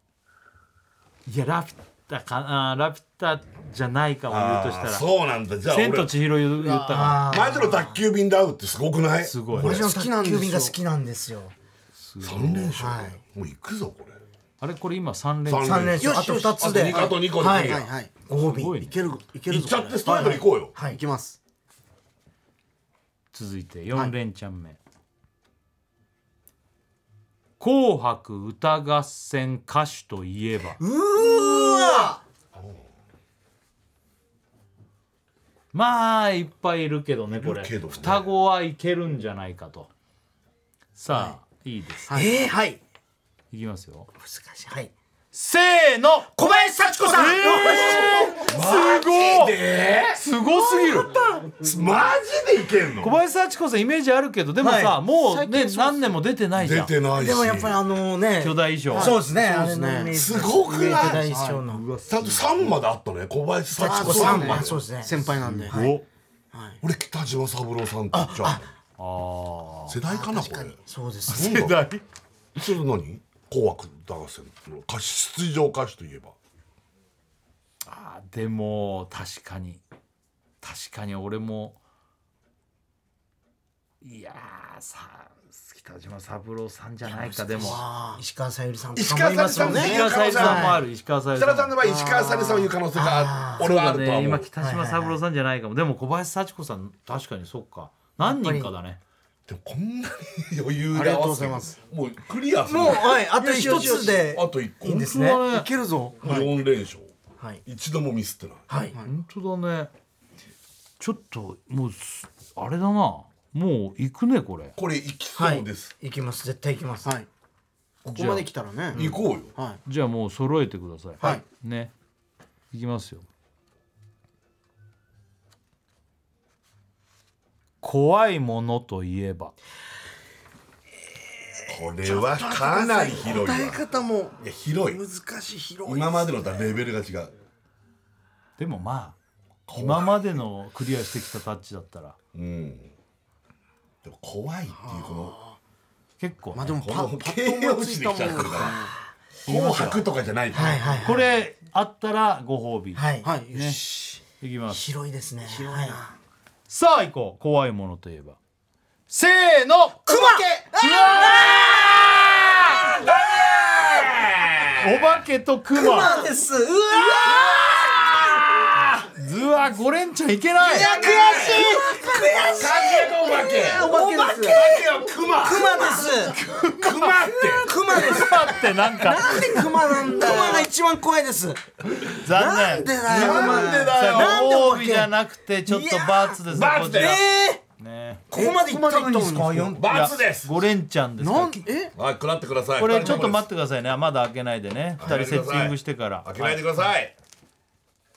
S3: や、ラピュタか、あーラピュタじゃないかも言うとした
S5: あー
S3: ら。
S5: そうなんだじゃあ
S3: 千
S5: 俺
S3: と千尋言う言ったか
S5: 魔女の宅急便で会うってすごくない
S3: ら。すごい
S4: 魔。女の
S6: 好きなん
S4: 宅急
S6: ですよ
S4: 便が好きなんですよ
S5: 三連勝、もう行くぞこれ
S3: あれ、これ今三連。
S5: 三
S4: 三連
S5: 連勝
S4: 勝あと
S6: よし
S4: 二つで
S5: あと二個あと二個で
S4: はいい
S5: い
S6: は
S5: や
S6: いはい
S4: ご褒
S3: すご
S4: 美
S3: い
S6: い
S3: ね。
S6: けるいけ
S5: 行
S6: るぞ
S5: っちゃってス
S6: こ
S5: ト
S6: れ
S5: レートに行こうよ、
S4: はい
S6: いきます
S3: 続いて四連チャン目。紅白歌合戦歌手といえば。まあいっぱいいるけどねこれ
S5: いるけどね
S3: 双子はいけるんじゃないかとさあ、い、いです、
S4: はいえーはい
S3: い、きますよ
S4: 難しいはい
S3: せーの
S4: 小林幸子さん
S3: すごすぎる
S5: マジで行けん
S3: 小
S5: の
S3: 林幸子さんイメージあるけどでもさ、
S4: は
S3: もうね何年も出てないじ
S5: 出
S3: ゃん
S5: てないし
S4: でもやっぱりあのね
S3: 巨大衣装
S4: そうですね
S6: そうですね
S4: あれのイメージ
S5: すごくない
S4: 巨大衣装の
S5: ちゃんと3まであったね小林幸子
S4: 幸子
S5: さ
S4: さ
S5: ん
S4: ん
S5: ま
S4: ま
S5: で
S4: あそうですね
S6: 先輩なんで
S3: お
S5: 俺北島三郎さんとじゃあ
S3: あ
S5: 世代かなこれ
S4: そうです
S5: 世代それ何紅白歌合戦の歌手出場歌手といえば
S3: あでも確かに確かに俺もいやーさ北島三郎さんじゃないかでも
S4: 石川さゆりさんと
S5: 石
S4: かも
S5: 川
S4: い
S5: さゆ
S4: ま
S5: りさん
S4: すもん
S5: も
S4: ね
S5: い
S3: 石
S5: る
S3: 川さゆりさんもあ
S5: る
S3: る石川さゆり
S5: 設楽
S3: さ
S5: さ
S3: ん
S5: ん
S3: も
S5: の場合石川さゆりさんを言う可能性が俺
S3: そう
S5: はあ
S3: だ
S5: るとは
S3: ね
S5: 思
S3: 今
S5: う
S3: 北島三郎さんじゃないかもでも小林幸子さん確かにそっか何人かだね
S5: でもこんなに余裕
S6: あ
S5: で
S6: り
S5: 合
S6: がとうご
S5: わせ
S6: ざい
S5: て
S6: ます
S5: もうクリアする
S4: もうはいあと一つで
S5: あと1個
S4: いいんです
S3: 本
S4: ね
S3: 当だね
S6: いけるぞ
S5: 4連勝
S6: はい
S5: 一度もミスってない
S6: はい
S3: 本当だねちょっともうすあれだなもう行くねこれ
S5: これ行きそうです、
S4: 行きます絶対行きます、
S6: はいここまで来たらね
S5: 行こうよ
S6: は
S3: じゃあもう揃えてください
S6: はい
S3: ねいきますよ怖いものといえば
S5: これはかなり広いわ
S6: いえ方も
S5: いや広い
S6: 難しい広い
S5: 今までのとはレベルが違う
S3: でもまあ今までのクリアしてきたタッチだったら
S5: うんでも怖いっていうこの
S3: 結構、ね
S6: まあでもパ
S5: この
S6: パッと思いついたも
S5: 形容詞で来
S6: ん
S5: ちゃってるから紅白とかじゃない
S4: はいはい
S3: これあったらご褒美、
S4: はい、、
S6: はいいよし
S3: いきます
S4: 広いですね広いな
S3: さあ行こう怖いものといえばせーのクマお化けとクマ
S4: ですうわ
S3: ズワゴレンちゃんいけない
S4: お化けですクマです
S5: クマって
S4: クマです
S3: クマってなんか
S4: クマなんだクマが一番怖いです
S3: 残念
S4: なんでだよ
S5: なんでだよ
S4: なんで
S3: ご褒
S4: お化
S3: 美
S4: け
S3: じゃなくてちょっとバーツです
S5: バーツだよ
S4: え
S3: こちらね
S4: ー、ここまで行ったのにですか四
S5: バツです
S3: ゴレンちゃんですから
S6: え
S5: はい食らってください
S3: これちょっと待っててくださいねまだ開けないでね二
S5: 開
S3: 人
S5: け
S3: セ
S5: てください
S3: ッティングしてから
S5: 開けないでください
S3: はい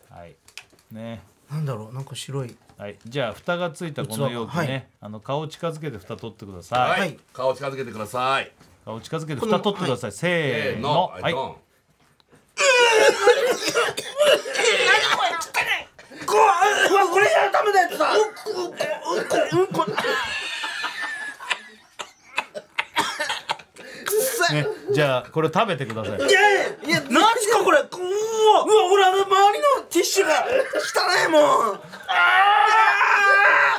S3: はいね
S4: なんだろうなんか白い
S3: はいじゃあ蓋がついたこの容器
S4: 器がは
S3: ね
S4: い
S3: あの顔近づけて蓋取ってくだ
S5: はい、
S3: さい
S5: 顔近づけてください
S3: 顔近づけて蓋取ってくださいせー
S5: せー
S3: の
S5: の
S3: は
S5: はいいドン
S3: ねじゃあこれ食べてください
S4: いやいや何すかこれうわうわ俺あの周りのティッシュが汚いもんあ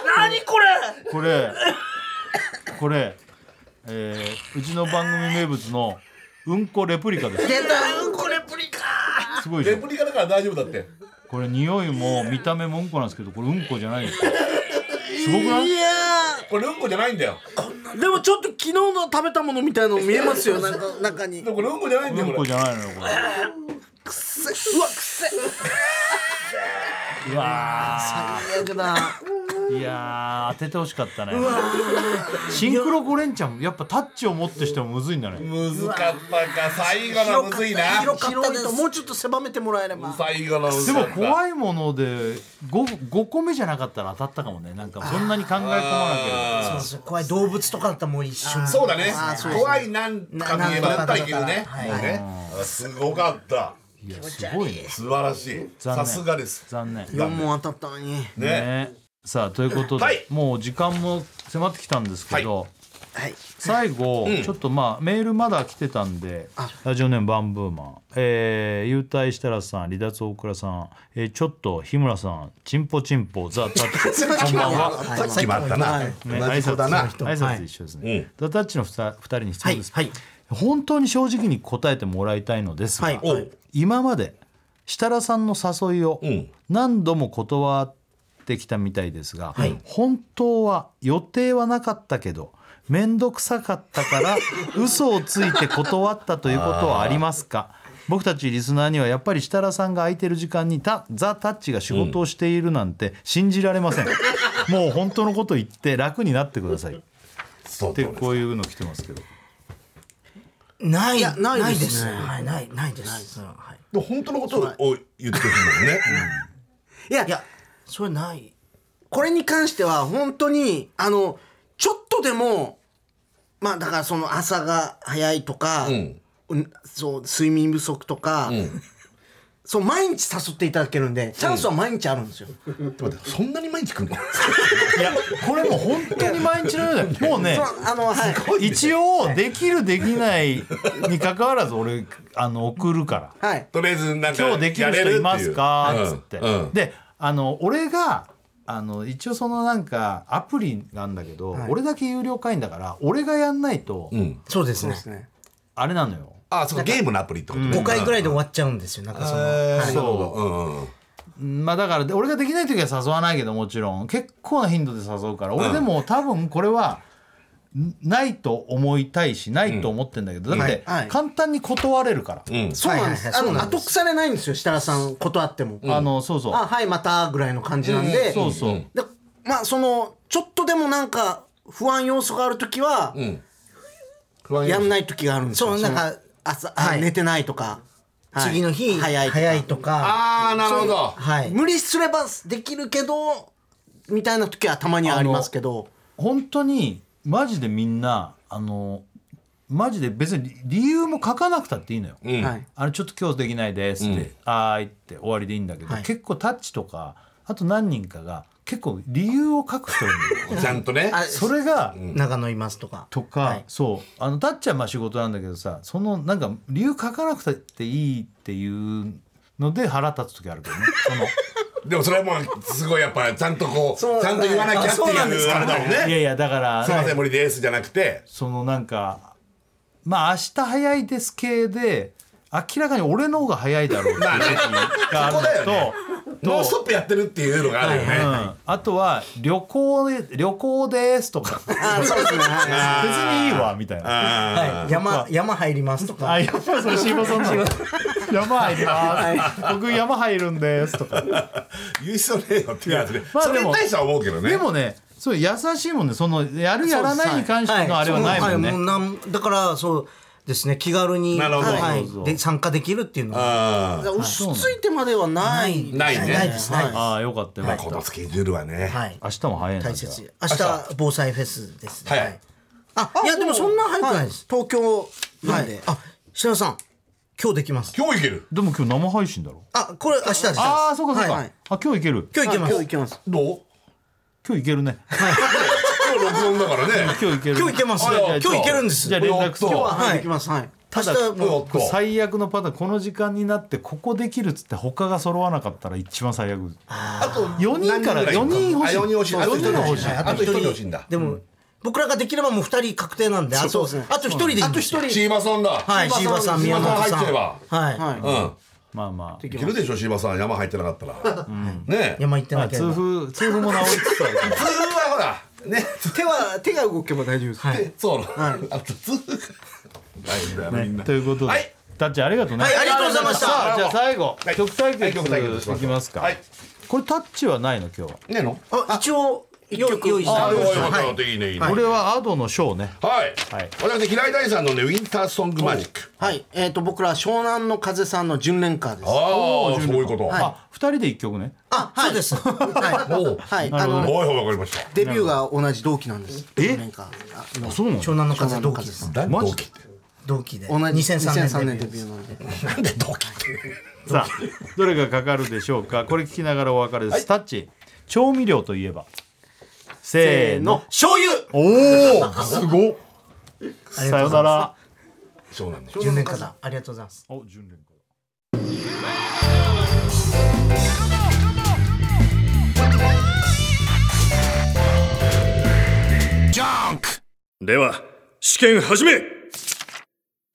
S4: あ何これ
S3: これこれ、えー、うちの番組名物のうんこレプリカです
S4: 出たうんこレプリカ
S3: すごいで
S5: レ
S3: しょ
S5: プリカだから大丈夫だって
S3: これ匂いも見た目もうんこなんですけどこれうんこじゃないんですよすごくない
S4: い
S3: い
S4: や
S5: これうんこじゃないんだよ
S4: ーでもちょっと昨日の食べたものみたいの見えますよなんか中に
S5: でもこれうんこじゃないんだ
S3: う
S5: よ
S3: ん
S5: こ
S3: こ
S5: れ
S3: じゃないのよこ
S4: うわくせ
S3: れうわ
S4: 最悪だ
S3: ーいやー当ててほしかったねシンクロゴレンちゃんやっぱタッチを持ってしてもむずいんだね
S5: 難かったか最後のむずいな
S4: 広かったですもうちょっと狭めてもらえれば
S5: 最後のむ
S3: で
S5: ずか
S3: も
S5: った
S3: 怖いもので 5, 五個目じゃなかったら当たったかもねなんかそんなに考え込まなければ
S4: そうそう怖い動物とかだったらもう一瞬
S5: そうだね
S4: あーそうそう
S5: 怖いなんか見えばだったらいけるね
S4: はい
S5: もうねあすごかった
S3: いやすごいね
S5: 素晴らしい
S3: 残念
S5: さすがです
S3: 残念
S6: 4問当たったのに
S5: ね
S3: ねさあということで、
S5: はい
S3: もう時間も迫ってきたんですけど、
S6: はい
S3: 最後、ちょっとまあメールまだ来てたんでラジオネームバンブーマン、えー、優待設楽さん離脱大倉さん、えー、ちょっと日村さんチンポチンポザ・タッチこんばんは。
S5: さっきもあったな
S3: ね
S5: 同じ子だな
S3: 挨拶挨拶一緒ですね、ザ・タッチのふた二人に質
S4: は
S3: 問
S4: い
S3: です、
S4: はい
S3: 本当に正直に答えてもらいたいのですが、
S4: はいはい
S3: 今まで設楽さんの誘いを
S5: ん
S3: 何度も断ってきたみたいですが、本当は予定はなかったけど面倒くさかったから 嘘をついて断ったということはありますか僕たちリスナーにはやっぱり設楽さんが空いてる時間にたザ・タッチが仕事をしているなんて信じられ ません、もう本当のこと言って楽になってくださいっ
S5: そう
S3: てこういうの来てますけど
S4: ない
S6: ない
S4: ない
S6: で
S4: ですす
S6: ね
S4: はいないないですはい
S5: で本当のことを言ってるもんね
S6: いや
S4: いやそれない
S6: これに関しては本当にあのちょっとでもまあだからその朝が早いとか、
S5: ん
S6: うんそう睡眠不足とか、そう毎日誘っていただけるんでチャンスは毎日あるんですよ、
S5: うんちょっと待ってそんなに毎 日来るの
S3: いやこれもう本当に毎日のようだよもうね
S6: そうあのはい
S3: 一応できるできないに関わらず俺あの送るから
S6: はい
S5: とりあえずなんか
S3: 今日できる
S5: やれって
S3: 人い
S5: う
S3: ますかっつって、
S5: うんうん
S3: であの俺があの一応そのなんかアプリなんだけど、俺だけ有料会員だから俺がやんないと、
S5: うん
S4: そうですね
S6: ですね
S3: あれなのよ
S5: あそうかゲームのアプリってことね
S4: 5回ぐらいで終わっちゃうんですよなんかその
S5: えー
S4: はい
S5: なるほどうんうん
S3: まあだからで俺ができない時は誘わないけどもちろん結構な頻度で誘うから俺でも多分これはないと思いたいしないと思ってんだけど、だって
S6: はいはい
S3: 簡単に断れるから、
S5: うん
S6: そうなんです。
S4: はいは
S6: あ
S4: いはいそう
S6: の
S4: なんで
S6: 後腐れないんですよ設楽さん断っても。
S3: あのそうそう
S6: あはいまたぐらいの感じなんで。
S3: そうそう、
S6: でまあそのちょっとでもなんか不安要素がある時は
S5: うん不安要
S6: や
S5: 素
S6: んない時があるんですよ。
S4: そうなんか
S6: その朝あ
S4: はい
S6: 寝てないとか、はい
S4: 次の日
S6: 早い
S4: と
S6: とか
S4: か
S5: ああなるほど
S4: はい
S6: 無理すればできるけどみたいな時はたまにはありますけど。
S3: 本当にマジでみんなあのマジで別に理由も書かなくたっていいのよ、
S5: うん
S6: はい。
S3: あれちょっと今日できないですって、あーいって終わりでいいんだけど、
S6: はい
S3: 結構タッチとかあと何人かが結構理由を書く人いるのよ
S5: ちゃんとね
S3: それが、
S4: 長野いますとか
S3: とか、そうあのタッチはまあ仕事なんだけどさそのなんか理由書かなくたっていいっていうので腹立つ時あるけどねその
S5: でもそれはもうすごいやっぱちゃんとこうちゃんと言わなきゃって
S6: そうなん
S5: い
S6: です
S5: う
S6: か
S5: あれだもん
S3: い
S5: ね
S3: やいやだから
S5: すいません森ですじゃなくて
S3: そのなんかまあ明日早いです系で明らかに俺の方が早いだろうっていう時があるのと。
S5: ノンストップやってるっていうのがあるよね
S3: うんあとは旅行で旅行ですとか別
S6: あそうですね。はい
S3: にいいわみたいな。
S5: あ
S4: 山山入りますとか
S3: あやっぱりそれシーボさんなの山入ります。僕山入るんですとか。
S5: ー優勝ねえよっていうやつで
S3: まあ
S5: そ
S3: で
S5: れに
S3: も
S5: 対しては思うけどね
S3: でもね、そう優しいもんね。そのやるやらないに関してのあれはないもん
S4: そう
S3: ね。
S4: はいもうなんだからそうですね気軽に
S5: なるほど
S4: は
S3: そうそう
S4: い、で参加できるっていうのは
S5: あ
S6: 押し付いてまではない。
S5: ーない
S4: ない
S5: ね
S4: ですね、はい
S3: ああよかったよか
S5: まあ
S3: っ
S5: こ
S3: た
S5: の。スケジュールはね
S4: はい、
S3: 明日も早いな。
S4: 大
S3: じゃあ
S4: 切明日防災フェスですね
S5: はい
S4: あいやでもそんな早くないです、
S6: 東京なんで。
S4: あ設楽さん今日できます
S5: 今日いける
S3: でも今日生配信だろ。
S4: あこれ明日です
S3: ああそうかそう
S4: は
S3: か
S4: い。
S3: あ今日いける。
S4: 今日行けます
S6: 今日行けます。
S5: どう
S3: 今日いけるね。
S5: 今日録音だからね
S3: 今日いける。
S4: 今日行けます
S3: あじゃあ
S4: 今日行けるんです
S3: じゃあ連絡する
S5: 今日は
S6: はい。行きます。はい。
S4: 明日も
S5: おっと
S3: 最悪のパターンこの時間になってここできるっつって他が揃わなかったら一番最悪
S5: あと
S3: 4人から
S5: 何ぐらい
S3: 4人欲しい
S5: あ4人欲しい
S3: 4人欲しい
S5: あと1人欲しいんだ
S4: でも、僕らができればもう2人確定なんであとあと1人でいいんですよ
S5: シーバさんだ
S4: はいシーバさん宮本
S5: シーバさ
S4: さ
S5: ん入っちゃえ
S4: ん
S5: ば
S4: はい、
S6: はい。
S5: うん
S3: まあまあ
S5: いけるでしょシーバさん山入ってなかったらねえ
S4: 山行って
S3: ま
S4: な
S3: あ
S4: けれ
S3: 痛
S4: ば
S3: 風痛風も治りつつあるから
S5: 普通はほらね
S6: 手は手が動けば大丈夫です。
S5: でそうなのあと通大変だよみんな
S3: ということ
S5: は
S3: で
S5: い
S3: タッチありがとうね
S4: はいありがとうございました
S3: さあじゃあ最後
S5: はい
S3: 曲対決
S5: はい曲対決しましょう
S3: いきますか
S5: はい
S3: これタッチはないの今日は
S5: ねえの
S4: あ一応一曲用意して
S5: あ
S4: あ
S5: あ
S4: り
S5: よ
S4: ま
S5: か
S4: し
S5: った
S4: た
S5: よ
S4: はい
S5: かったいいねいいね
S3: これは Ado のショーね
S5: はい
S3: はい
S5: 私平井大さんのねウィンターソングマジック
S6: はい。えっ、と僕らは湘南の風さんの純恋歌です。
S5: ああそういうことはい
S3: あ二人で一曲ね
S4: あそうですはい
S5: おう
S6: はい。
S3: な
S6: あ
S3: るほど
S6: の
S5: はいはいわかりました
S6: デビューが同じ同期なんです。純恋歌あの
S3: そうな
S4: 湘南の風同期で
S6: 湘
S4: す
S5: 何同期って
S4: 同期で
S6: 同じ
S4: 2003
S6: 2003
S4: 年
S6: 年
S4: デビ
S6: デビ
S4: ュ
S6: ュ
S4: ー
S6: ーなので。
S5: なんで同期って
S3: さあどれがかかるでしょうかこれ聞きながらお別れですタッチ調味料といえばせーの
S4: 醤油
S3: おおすごっさよなら
S5: そうなんだ
S4: 10年間だありがとうございます
S3: お純連歌
S1: では試験始め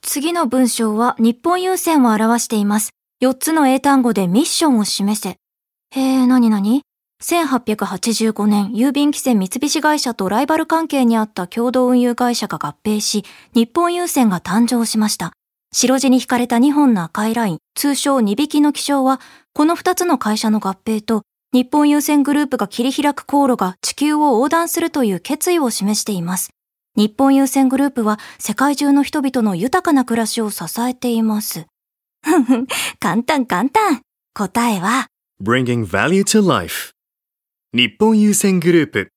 S9: 次の文章は日本郵船を表しています。4つの英単語でミッションを示せ。へえ、なになに ?1885 年、郵便汽船三菱会社とライバル関係にあった共同運輸会社が合併し、日本郵船が誕生しました。白地に引かれた2本の赤いライン、通称2匹の気象は、この2つの会社の合併と、日本郵船グループが切り開く航路が地球を横断するという決意を示しています。日本優先グループは世界中の人々の豊かな暮らしを支えています。ふんふん、簡単簡単。答えは、
S1: Bringing Value to Life 日本優先グループ